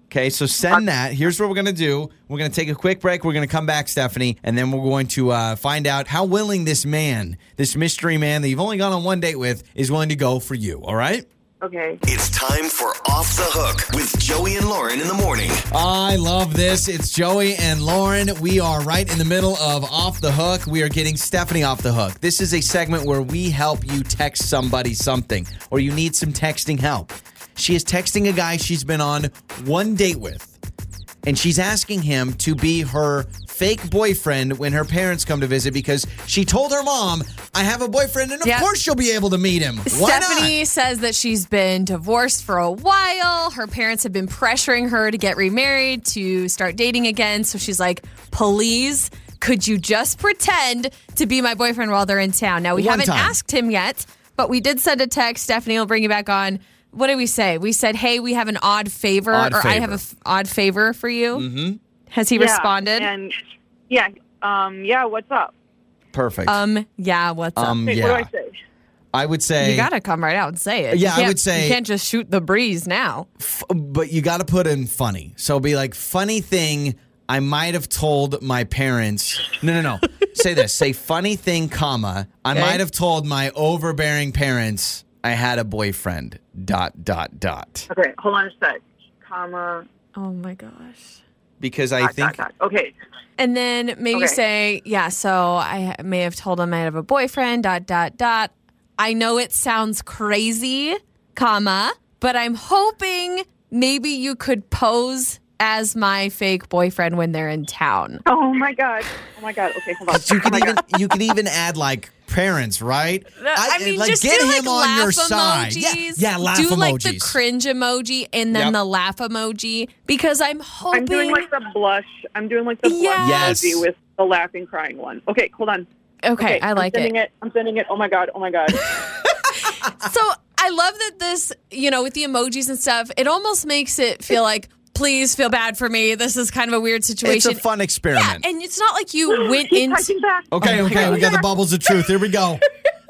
A: Okay, so send that. Here's what we're going to do. We're going to take a quick break. We're going to come back, Stephanie, and then we're going to uh, find out how willing this man, this mystery man that you've only gone on one date with, is willing to go for you. All right?
E: Okay.
C: It's time for Off the Hook with Joey and Lauren in the morning.
A: I love this. It's Joey and Lauren. We are right in the middle of Off the Hook. We are getting Stephanie off the hook. This is a segment where we help you text somebody something or you need some texting help. She is texting a guy she's been on one date with. And she's asking him to be her fake boyfriend when her parents come to visit because she told her mom, I have a boyfriend, and of
B: Yep.
A: course she'll be able to meet him. Why
B: Stephanie says that she's been divorced for a while. Her parents have been pressuring her to get remarried, to start dating again. So she's like, please, could you just pretend to be my boyfriend while they're in town? Now, we
A: One
B: haven't
A: time.
B: asked him yet, but we did send a text. Stephanie will bring you back on. What did we say? We said, hey, we have an odd favor,
A: Odd
B: or I
A: favor.
B: have an odd favor for you. Mm-hmm. Has he
E: Yeah,
B: responded?
E: And yeah, um, yeah. What's up?
A: not? Perfect.
B: um, yeah, what's up?
A: Um,
E: Wait,
A: yeah.
E: What do I say?
A: I would say
B: You gotta come right out and say it. You
A: Yeah, I
B: can't-
A: would say-
B: you can't just shoot the breeze now.
A: but you got to put in funny. So be like, funny thing I might have told my parents. No, no, no. Say this. Say funny thing, comma I might have told my overbearing parents I had a boyfriend. Dot dot dot.
E: Okay, hold on a sec. Comma.
B: Oh my gosh.
A: Because I
E: dot,
A: think
E: dot, dot. Okay.
B: And then maybe
E: Okay.
B: say, yeah, so I ha- may have told him I have a boyfriend, dot, dot, dot. I know it sounds crazy, comma, but I'm hoping maybe you could pose as my fake boyfriend when they're in town.
E: Oh my god. Oh my god. Okay, hold on.
A: you
E: oh
A: can
E: my
A: even
E: god.
A: you can even add like parents, right?
B: I, mean, just do like laugh emojis.
A: Yeah, yeah, laugh
B: do
A: emojis.
B: like the cringe emoji and then
A: Yep.
B: the laugh emoji because I'm hoping.
E: I'm doing like the blush. I'm doing like the blush
B: Yes.
E: emoji with the laughing, crying one. Okay, hold on.
B: okay, I
E: I'm
B: like it.
E: sending I'm sending it. Oh my god. Oh my god.
B: So I love that this, you know, with the emojis and stuff, it almost makes it feel like, please feel bad for me. This is kind of a weird
A: it's
B: situation.
A: a fun experiment.
B: and it's not like you went
E: Keep
B: into.
E: typing back.
A: okay,
E: Oh my
A: okay,
E: God.
A: we got the bubbles of truth. Here we go.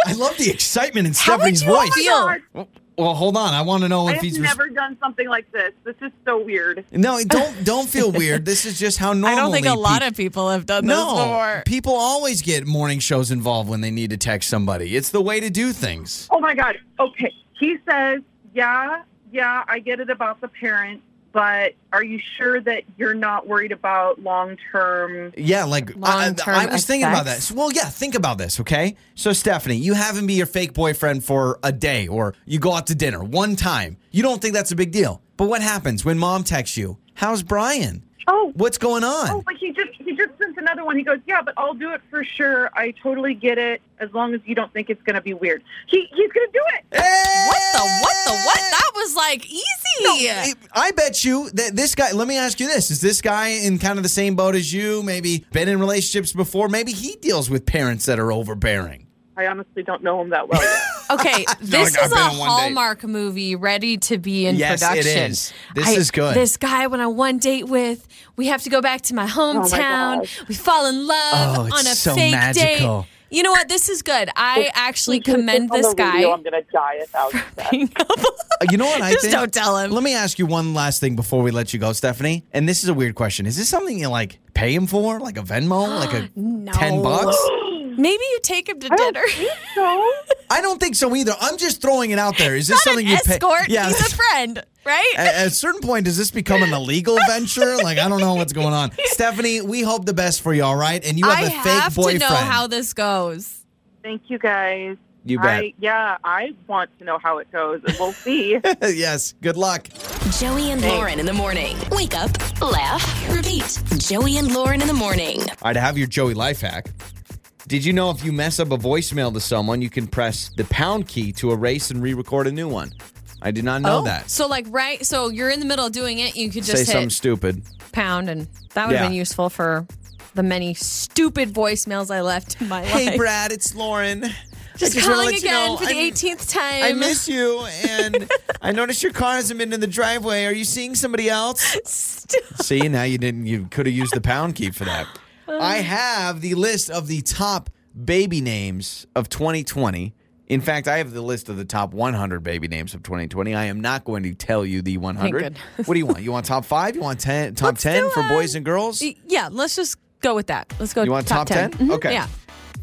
A: I love the excitement in
B: How would
A: Stephanie's
B: you
A: voice. Oh
B: feel?
E: God.
A: Well, hold on. I want to know
E: I
A: if
E: have
A: he's res-
E: never done something like this. This is so weird.
A: no. Don't don't feel weird. This is just how normal.
B: I don't think a lot of people have done this
A: no
B: before.
A: people always get morning shows involved when they need to text somebody. It's the way to do things.
E: Oh my god. Okay. He says, "Yeah, yeah, I get it about the parent, but are you sure that you're not worried about long-term
A: Yeah, like I,
B: Long-term
A: I, I was thinking about
B: effects.
A: this. Well, yeah, think about this, okay? So, Stephanie, you have him be your fake boyfriend for a day, or you go out to dinner one time. You don't think that's a big deal, but what happens when mom texts you? How's Brian?
E: Oh,
A: What's going on?
E: Oh, but he just he just sent another one. He goes, "Yeah, but I'll do it for sure. I totally get it. As long as you don't think it's going to be weird, he he's going to do it."
B: What the what the what? That was like easy.
A: It- I bet you that this guy, let me ask you this. Is this guy in kind of the same boat as you? Maybe been in relationships before? Maybe he deals with parents that are overbearing.
E: I honestly don't know him that well. Yet.
B: Okay, this
A: I've
B: is a
A: been on one date.
B: Hallmark movie ready to be in
A: Yes, it
B: production.
A: is. This is good.
B: This guy went on one date with. We have to go back to my hometown.
E: Oh gosh.
B: we fall in love
A: Oh, it's
B: on a
A: so
B: fake
A: magical.
B: date. You know what? This is good. I actually commend
E: On
B: this
E: the
B: guy.
E: radio, I'm going to die a thousand deaths.
A: Uh, You know what I
B: Just
A: think?
B: don't tell him.
A: Let me ask you one last thing before we let you go, Stephanie. And this is a weird question. Is this something you like pay him for? Like a Venmo? Like a
B: No.
A: 10 bucks?
B: Maybe you take him to
E: don't
B: dinner.
E: So
A: I don't think so either. I'm just throwing it out there. Is this
B: Not
A: something
B: an
A: you pay? Uh,
B: escort. He's a friend, right?
A: at at a certain point, does this become an illegal venture? Like, I don't know what's going on. Stephanie, we hope the best for you, all right? And you have
B: I
A: a fake
B: have
A: boyfriend.
B: to know how this goes.
E: thank you guys.
A: You
E: I, yeah, I want to know how it goes, and we'll see.
A: Uh, yes, good luck.
D: Joey and Lauren in the morning. Wake up, laugh, repeat. Joey and Lauren in the morning.
A: All right, I have your Joey life hack. Did you know if you mess up a voicemail to someone, you can press the pound key to erase and re record a new one? I did not know that.
B: So like right, so you're in the middle of doing it, you could
A: Say
B: just
A: something
B: Oh, hit
A: stupid.
B: pound, and that would have
A: Yeah.
B: been useful for the many stupid voicemails I left in my life.
A: Brad, it's Lauren.
B: just, calling again for the 18th time.
A: you, and I noticed your car hasn't been in the driveway. Are you seeing somebody else? See, now you didn't. You could have used the pound key for that.
B: Uh.
A: I have the list of the top baby names of 2020. In fact, I have the list of the top 100 baby names of 2020. I am not going to tell you the 100.
B: goodness.
A: What do you want? You want top five? You want 10? Top
B: Let's
A: 10
B: do,
A: for
B: uh,
A: boys and girls?
B: Y- Yeah, let's just go with that. Let's go.
A: You want top 10?
B: Mhm,
A: Okay.
B: Yeah.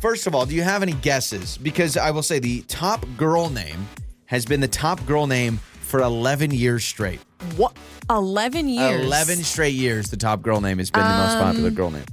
A: First of all, do you have any guesses? Because I will say the top girl name has been the top girl name for 11 years straight.
B: What? 11 years. Um,
A: 11 straight years, the top girl name has been the most popular girl name.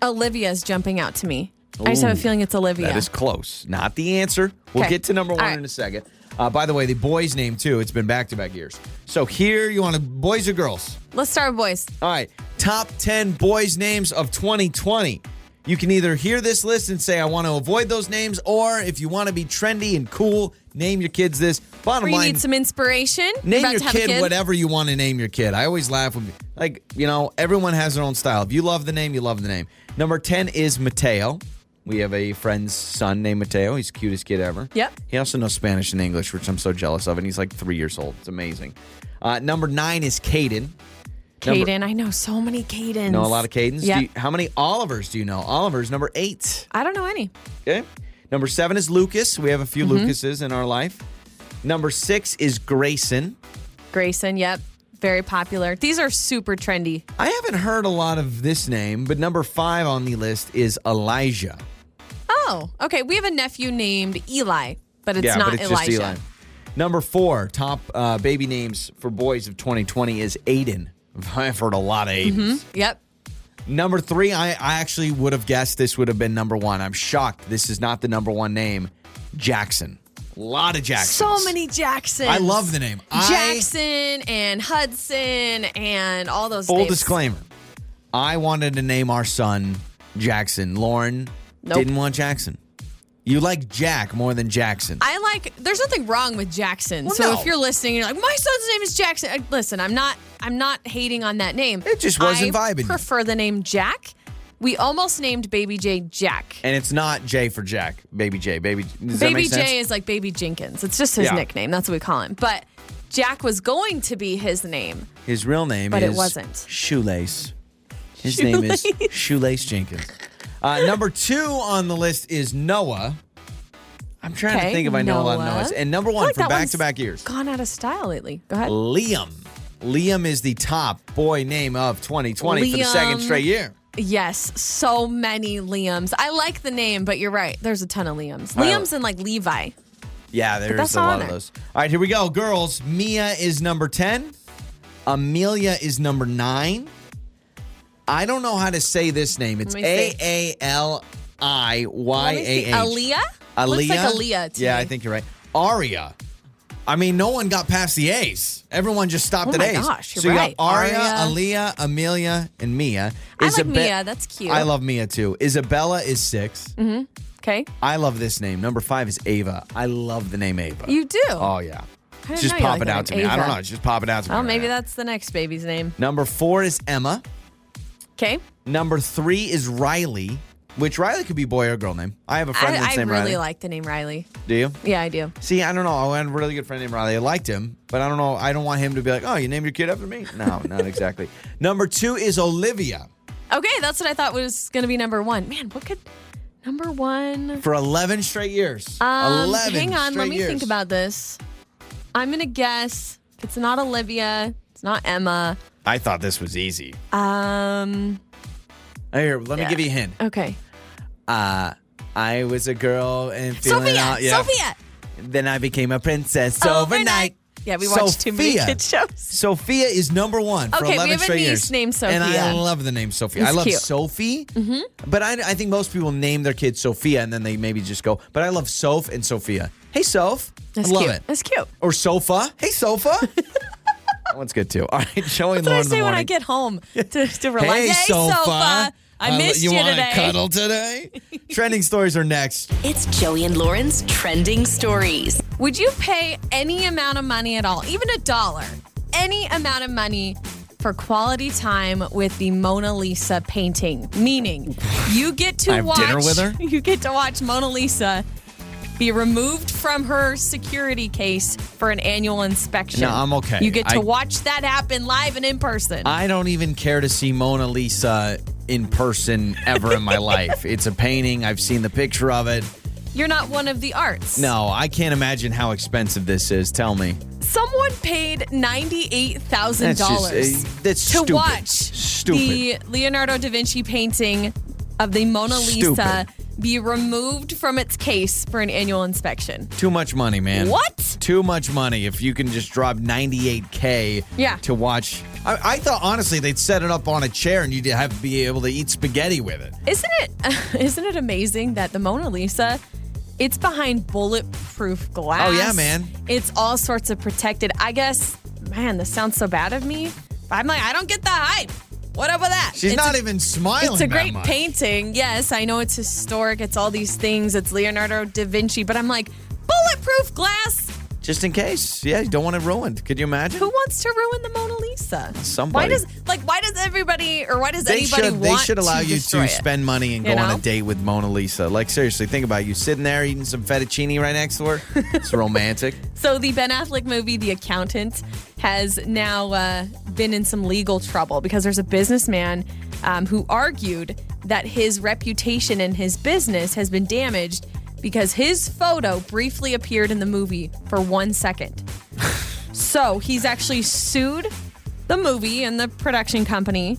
B: Olivia's jumping out to me. I just have
A: Ooh.
B: a feeling it's Olivia.
A: That is close. Not the answer. We'll
B: Okay.
A: get to number one
B: All right.
A: in a second. Uh, by the way, the boys' name, too, it's been back to back years. So here you want to, boys or girls?
B: let's start with boys.
A: All right, top 10 boys' names of 2020. You can either hear this list and say, I want to avoid those names, or if you want to be trendy and cool, name your kids this. Bottom
B: Or you
A: line,
B: need some inspiration. You're
A: name
B: about
A: your
B: to have
A: kid,
B: a kid
A: whatever you want to name your kid. I always laugh when, like, you know, everyone has their own style. If you love the name, you love the name. Number 10 is Mateo. We have a friend's son named Mateo. He's the cutest kid ever.
B: Yep.
A: He also knows Spanish and English, which I'm so jealous of, and he's like three years old. It's amazing. Uh, number nine is Caden. Number-
B: Caden. I know so many Cadens.
A: Know a lot of Cadens.
B: Yeah.
A: Do you- how many Olivers do you know? Oliver's number eight.
B: I don't know any.
A: Okay. Number seven is Lucas. We have a few
B: Mm-hmm.
A: Lucases in our life. Number six is Grayson.
B: Grayson, yep. Very popular. These are super trendy.
A: I haven't heard a lot of this name, but number five on the list is Elijah.
B: Oh, okay. We have a nephew named Eli, but it's
A: yeah,
B: not
A: but it's
B: Elijah.
A: just Eli. Number four, top uh, baby names for boys of 2020 is Aiden. I've heard a lot of Aidens.
B: Yep. Mm-hmm.
A: Number three, I, I actually would have guessed this would have been number one. I'm shocked this is not the number one name. Jackson. A lot of Jacksons.
B: So many Jacksons.
A: I love the name. I-
B: Jackson and Hudson and all those
A: Full
B: names.
A: disclaimer. I wanted to name our son Jackson. Lauren
B: Nope.
A: didn't want Jackson. You like Jack more than Jackson.
B: I like there's nothing wrong with Jackson.
A: Well,
B: so
A: no.
B: if you're listening, you're like, my son's name is Jackson. Uh, Listen, I'm not I'm not hating on that name.
A: It just wasn't
B: I
A: vibing.
B: prefer the name Jack. We almost named baby J Jack.
A: and it's not J for Jack, Baby J. Baby, does that
B: Baby
A: make sense?
B: J is like Baby Jenkins. It's just his
A: Yeah.
B: nickname. That's what we call him. But Jack was going to be his name.
A: His real name
B: But it
A: is
B: wasn't.
A: Shoelace. His name is Shoelace Jenkins. Uh, number two on the list is Noah. I'm trying to
B: Okay,
A: think if I know a lot of
B: Noah.
A: Noahs. And number
B: I feel
A: one
B: like
A: for
B: that one's
A: back to back years,
B: Gone out of style lately. Go ahead.
A: Liam. Liam is the top boy name of 2020 for the second
B: Liam.
A: straight year.
B: Yes, so many Liams. I like the name, but you're right. There's a ton of Liams.
A: Well-
B: Liams and like Levi.
A: Yeah, there's
B: that's
A: a
B: not
A: lot
B: on
A: of
B: there.
A: those. All right, here we go. Girls, Mia is number 10. Amelia is number 9. I don't know how to say this name. It's
B: Let
A: A
B: me see.
A: A L I Y
B: Let me
A: A
B: see.
A: H.
B: Aaliyah? Looks like Aaliyah to
A: yeah,
B: me.
A: I think you're right. Aria. I mean, no one got past the A's. Everyone just stopped
B: Oh
A: at
B: my
A: A's.
B: gosh, you're
A: so you
B: right.
A: got Aria,
B: Aria.
A: Aaliyah, Amelia, and Mia.
B: I like
A: Isabe-
B: Mia. That's cute.
A: I love Mia too. Isabella is 6
B: Okay.
A: I love this name. Number five is Ava. I love the name Ava.
B: You do.
A: Oh yeah.
B: didn't
A: It's just
B: know you liked
A: popping
B: that
A: out to me.
B: name,
A: I don't
B: Ava.
A: know. It's just popping out to me.
B: Oh,
A: right
B: maybe
A: now.
B: that's the next baby's name.
A: Number four is Emma.
B: Okay.
A: Number three is Riley, which Riley could be boy or girl name. I have a friend
B: I,
A: that's
B: I
A: named
B: really
A: Riley.
B: like the name Riley.
A: Do you?
B: Yeah, I do.
A: See, I don't know. I had a really good friend named Riley. I liked him, but I don't know. I don't want him to be like, oh, you named your kid after me. No, not exactly. Number two is Olivia.
B: Okay, that's what I thought was going to be number one. Man, what could number one?
A: For 11 straight years.
B: Um,
A: 11
B: hang on, let
A: straight
B: me
A: years.
B: think about this. I'm going to guess it's not Olivia. It's not Emma.
A: I thought this was easy.
B: Um.
A: Here, let me
B: Yeah.
A: give you a hint.
B: Okay.
A: Uh, I was a girl and feeling
B: Sophia.
A: out. yeah.
B: Sophia.
A: Then I became a princess
B: Overnight.
A: overnight.
B: Yeah, we watched too many
A: Sophia.
B: kid shows.
A: Sophia is number one for
B: Okay, we
A: 11
B: have a
A: straight
B: niece
A: years.
B: named
A: And I
B: Sophia.
A: love the name Sophia. I
B: It's
A: love
B: cute. Mm-hmm.
A: Sophie, but I, I think most people name their kid Sophia and then they maybe just go, but I love Soph and Sophia. Hey, Soph.
B: That's
A: I love
B: cute.
A: it.
B: That's cute.
A: Or Sofa. Hey, Sofa. that one's good too. All right, Joey and
B: That's what I
A: Lauren in
B: say
A: the
B: when I
A: morning.
B: get home to, to relax.
A: hey, Sofa.
B: I
A: lo-
B: missed
A: you
B: you,
A: wanna
B: today.
A: cuddle today? Trending stories are next.
D: It's Joey and Lauren's trending stories.
B: Would you pay any amount of money at all, even a dollar, any amount of money for quality time with the Mona Lisa painting? Meaning, you get to
A: I have
B: watch
A: dinner with her?
B: You get to watch Mona Lisa be removed from her security case for an annual inspection.
A: No, I'm okay.
B: You get to
A: I-
B: watch that happen live and in person.
A: I don't even care to see Mona Lisa in person ever in my life. It's a painting. I've seen the picture of it.
B: You're not one of the arts.
A: No, I can't imagine how expensive this is. Tell me.
B: Someone paid ninety-eight thousand
A: just,
B: dollars
A: uh, that's
B: to
A: stupid.
B: watch
A: Stupid.
B: the Leonardo da Vinci painting of the Mona Lisa
A: Stupid.
B: be removed from its case for an annual inspection.
A: Too much money, man.
B: What?
A: Too much money if you can just drop 98K
B: Yeah.
A: to watch. I, I thought, honestly, they'd set it up on a chair and you'd have to be able to eat spaghetti with it.
B: Isn't it? Isn't it amazing that the Mona Lisa? It's behind bulletproof glass.
A: Oh, yeah, man.
B: It's all sorts of protected. I guess, man, this sounds so bad of me. But I'm like, I don't get the hype. What up with that?
A: She's
B: It's
A: not
B: a-
A: even smiling.
B: It's a
A: that
B: great
A: much.
B: painting. Yes, I know it's historic. It's all these things. It's Leonardo da Vinci, but I'm like, bulletproof glass.
A: Just in case. Yeah, you don't want it ruined. Could you imagine?
B: Who wants to ruin the Mona Lisa?
A: Somebody.
B: Why does like why does everybody or why does
A: they
B: anybody
A: should, they
B: want
A: should allow
B: to
A: you
B: destroy
A: to
B: it?
A: spend money and go
B: You
A: on a
B: know?
A: date with Mona Lisa. Like, seriously, think about it. You sitting there eating some fettuccine right next to her. It's romantic.
B: So the Ben Affleck movie, The Accountant, has now uh, been in some legal trouble because there's a businessman um, who argued that his reputation and his business has been damaged because his photo briefly appeared in the movie for one second. so he's actually sued the movie and the production company.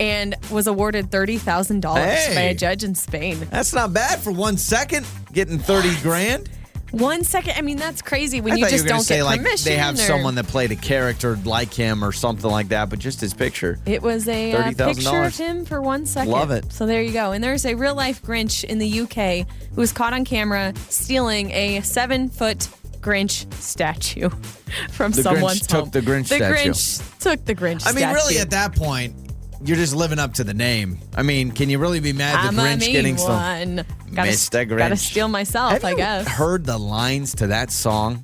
B: And was awarded thirty thousand dollars by
A: Hey.
B: a judge in Spain.
A: That's not bad for one second, getting 30 grand.
B: One second, I mean that's crazy when
A: I
B: you
A: thought you
B: just
A: were
B: don't
A: going to say,
B: get
A: like,
B: permission.
A: they have
B: or-
A: someone that played a character like him or something like that, but just his picture.
B: It was a uh,
A: $30,000.
B: picture of him for one second.
A: Love it.
B: So there you go. And there's a real life Grinch in the UK who was caught on camera stealing a seven foot Grinch statue from
A: The Grinch
B: someone's
A: took
B: home.
A: the Grinch
B: The
A: statue.
B: Grinch took the Grinch.
A: I mean, really,
B: statue.
A: at that point, you're just living up to the name. I mean, can you really be mad at
B: I'm
A: the Grinch
B: a mean
A: getting some?
B: one. Gotta,
A: Mr. Grinch.
B: Gotta steal myself,
A: Have
B: I
A: you
B: guess.
A: heard the lines to that song?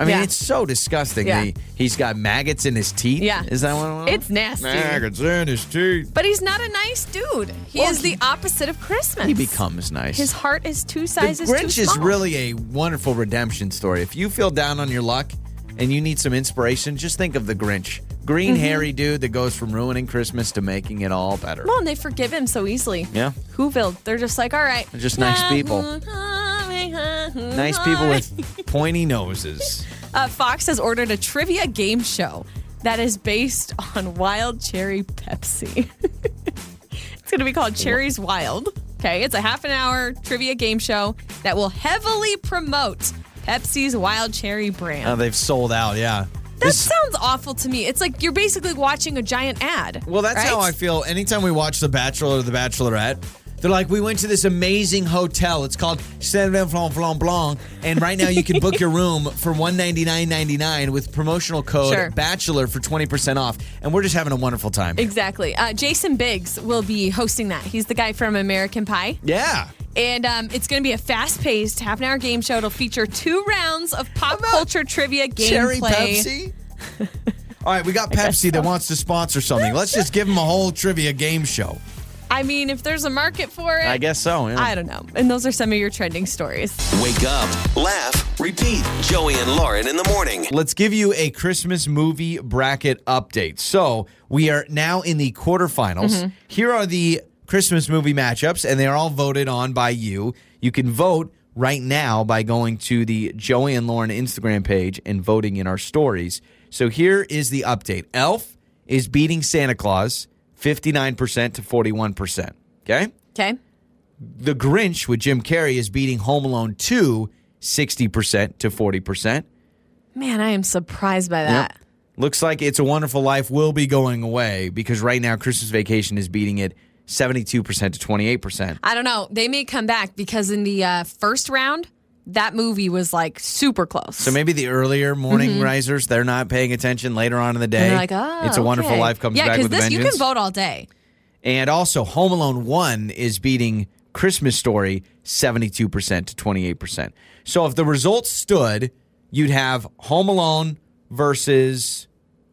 A: I mean,
B: Yeah.
A: it's so disgusting.
B: Yeah.
A: He, he's got maggots in his teeth.
B: Yeah.
A: Is that one? of them?
B: It's nasty.
A: Maggots in his teeth.
B: But he's not a nice dude. He
A: Well,
B: is the opposite of Christmas.
A: He becomes nice.
B: His heart is two
A: the
B: sizes too
A: Grinch is
B: small.
A: really a wonderful redemption story. If you feel down on your luck and you need some inspiration, just think of the Grinch. Green
B: Mm-hmm.
A: hairy dude that goes from ruining Christmas to making it all better.
B: Well, and they forgive him so easily.
A: Yeah.
B: Whoville, they're just like, all right.
A: They're just nice people. Nice people with pointy noses.
B: Uh, Fox has ordered a trivia game show that is based on wild cherry Pepsi. it's going to be called Cherries Wild. Okay, it's a half an hour trivia game show that will heavily promote Pepsi's wild cherry brand.
A: Oh, they've sold out, yeah.
B: that
A: This-
B: sounds awful to me. It's like you're basically watching a giant ad.
A: Well, that's
B: right?
A: how I feel. Anytime we watch The Bachelor or The Bachelorette, They're like, we went to this amazing hotel. It's called Seven Blanc Blanc Blanc, and right now you can book your room for one ninety nine ninety nine with promotional code
B: Sure.
A: Bachelor for twenty percent off. And we're just having a wonderful time.
B: Exactly. Uh, Jason Biggs will be hosting that. He's the guy from American Pie.
A: yeah.
B: And um, it's going to be a fast paced half an hour game show. It'll feature two rounds of pop culture trivia gameplay.
A: Cherry Pepsi. All right, we got Pepsi that wants to sponsor something. Let's just give them a whole trivia game show.
B: I mean, if there's a market for it,
A: I guess so. Yeah.
B: I don't know. And those are some of your trending stories.
C: Wake up, laugh, repeat. Joey and Lauren in the morning.
A: Let's give you a Christmas movie bracket update. So we are now in the quarterfinals. Here are the Christmas movie matchups, and they are all voted on by you. You can vote right now by going to the Joey and Lauren Instagram page and voting in our stories. So here is the update Elf is beating Santa Claus 59% to 41%. Okay?
B: Okay.
A: The Grinch with Jim Carrey is beating Home Alone 2 60% to 40%.
B: Man, I am surprised by that.
A: Yep. Looks like It's a Wonderful Life will be going away because right now Christmas Vacation is beating it 72% to 28%.
B: I don't know. They may come back because in the uh, first round, that movie was like super close.
A: So maybe the earlier morning risers, they're not paying attention later on in the day.
B: And Mm-hmm. they're like, oh,
A: eh? it's a Wonderful
B: okay."
A: Life comes
B: yeah,
A: back
B: 'cause
A: with a
B: this,
A: vengeance.
B: You can vote all day.
A: And also Home Alone 1 is beating Christmas Story 72% to 28%. So if the results stood, you'd have Home Alone versus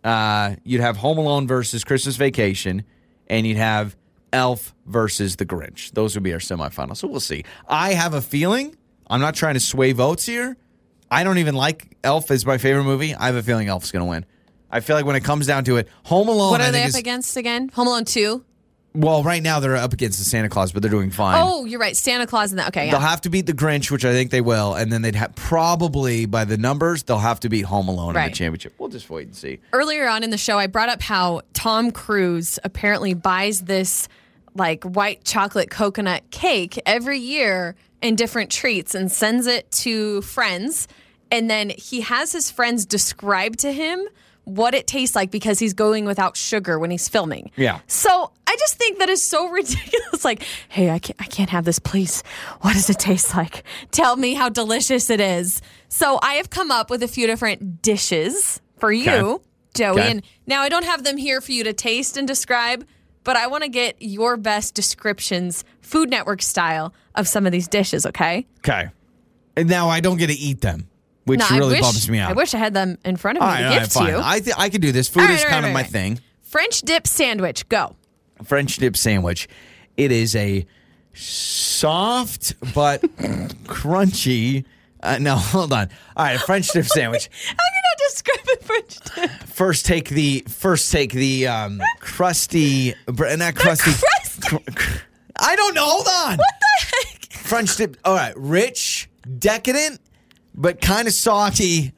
A: uh, you'd have Home Alone versus Christmas Vacation and you'd have Elf versus The Grinch. Those would be our semifinals. So we'll see. I have a feeling I'm not trying to sway votes here. I don't even like Elf as my favorite movie. I have a feeling Elf's going to win. I feel like when it comes down to it, Home Alone.
B: what
A: I
B: are
A: think
B: they up
A: is-
B: against again? Home Alone 2?
A: well, right now they're up against the Santa Claus, but they're doing fine.
B: Oh, you're right. Santa Claus and that. Okay.
A: They'll
B: Yeah.
A: have to beat the Grinch, which I think they will, and then they'd have probably by the numbers they'll have to beat Home Alone in
B: Right.
A: the championship. We'll just wait and see.
B: Earlier on in the show, I brought up how Tom Cruise apparently buys this like white chocolate coconut cake every year in different treats and sends it to friends. And then he has his friends describe to him what it tastes like because he's going without sugar when he's filming.
A: Yeah.
B: So I just think that is so ridiculous. Like, hey, I can't, I can't have this, please. What does it taste like? Tell me how delicious it is. So I have come up with a few different dishes for you,
A: Okay.
B: Joey.
A: Okay.
B: And now I don't have them here for you to taste and describe, but I want to get your best descriptions, Food Network style, of some of these dishes, okay?
A: Okay. And now I don't get to eat them, which
B: I
A: really
B: wish-
A: bumps me out.
B: I wish I had them in front of me
A: all right,
B: to
A: all
B: give
A: right,
B: to
A: fine.
B: you.
A: I th- I can do this. Food
B: All right,
A: is
B: all right,
A: kind of
B: all
A: my
B: right.
A: thing.
B: French dip sandwich, go.
A: French dip sandwich. It is a soft but crunchy. Uh, no, hold on. All right, French dip sandwich.
B: How can I describe a French dip?
A: First, take the first take the um, crusty, br- not crusty.
B: crusty.
A: cr- cr- I don't know. Hold on. What the heck? French dip. All right, rich, decadent, but kind of salty.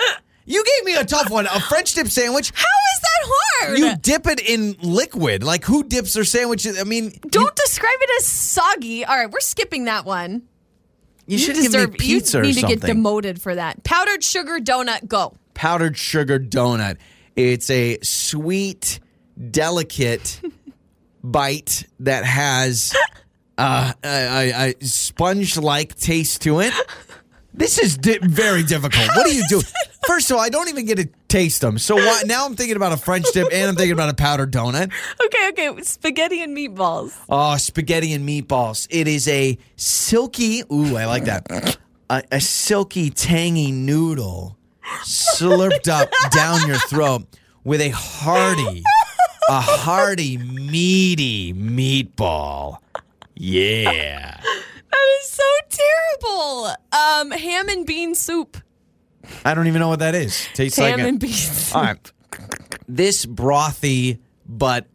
A: You gave me a tough one. A French dip sandwich.
B: How is that hard?
A: You dip it in liquid. Like who dips their sandwiches? I mean,
B: Don't describe it as soggy. All right, we're skipping that one.
A: you, should give me pizza
B: You need
A: or
B: to
A: something.
B: get demoted for that. Powdered sugar donut. Go.
A: powdered sugar donut. It's a sweet, delicate bite that has uh, a, a, a sponge-like taste to it. This is di- very difficult. What are you doing? First of all, I don't even get to taste them. So why, now I'm thinking about a French dip and I'm thinking about a powdered donut.
B: Okay, okay. Spaghetti and meatballs.
A: Oh, spaghetti and meatballs. It is a silky, ooh, I like that. A, a silky, tangy noodle slurped up down your throat with a hearty, a hearty, meaty meatball. Yeah.
B: That is so terrible. Um, ham and bean soup.
A: I don't even know what that is. Tastes
B: ham
A: like a-
B: and beans.
A: All right. This brothy but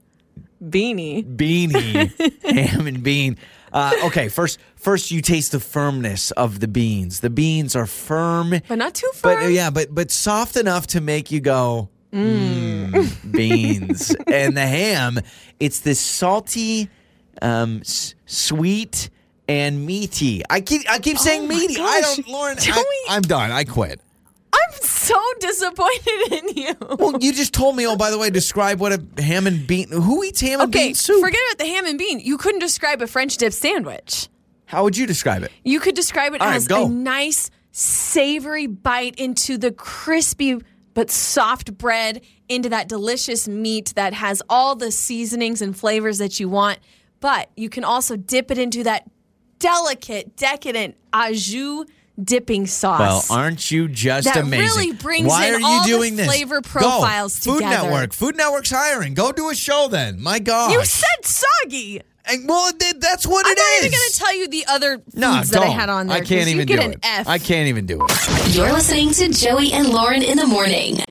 B: Beanie.
A: beanie, ham and bean. Uh, okay, first, first you taste the firmness of the beans. The beans are firm,
B: But not too far.
A: but uh, yeah, but but soft enough to make you go "Mm, beans. and the ham, it's this salty, um, s- sweet and meaty. I keep I keep saying
B: Oh my
A: meaty. I
B: gosh.
A: don't, Lauren.
B: Joey.
A: I, I'm done. I quit.
B: I'm so disappointed in you.
A: Well, you just told me. Oh, by the way, describe what a ham and bean. Who eats ham and
B: Okay,
A: bean soup?
B: forget about the ham and bean. You couldn't describe a French dip sandwich.
A: How would you describe it?
B: You could describe it
A: All right,
B: as
A: go.
B: a nice, savory bite into the crispy but soft bread, into that delicious meat that has all the seasonings and flavors that you want. But you can also dip it into that delicate, decadent au jus dipping
A: Well,
B: sauce.
A: aren't you just
B: That
A: amazing?
B: really brings
A: Why
B: in
A: are you
B: all the
A: doing this?
B: flavor
A: Go.
B: profiles
A: Food
B: together.
A: Network. Food Network's hiring. Go do a show then. My God.
B: you said soggy.
A: well, th- that's what
B: I'm
A: it
B: not
A: is.
B: even going to tell you the other foods
A: no,
B: that I
A: don't.
B: had on there.
A: I
B: 'cause
A: can't
B: you
A: even
B: get
A: do
B: an
A: it.
B: F.
A: I can't even do it.
D: You're listening to Joey and Lauren in the morning.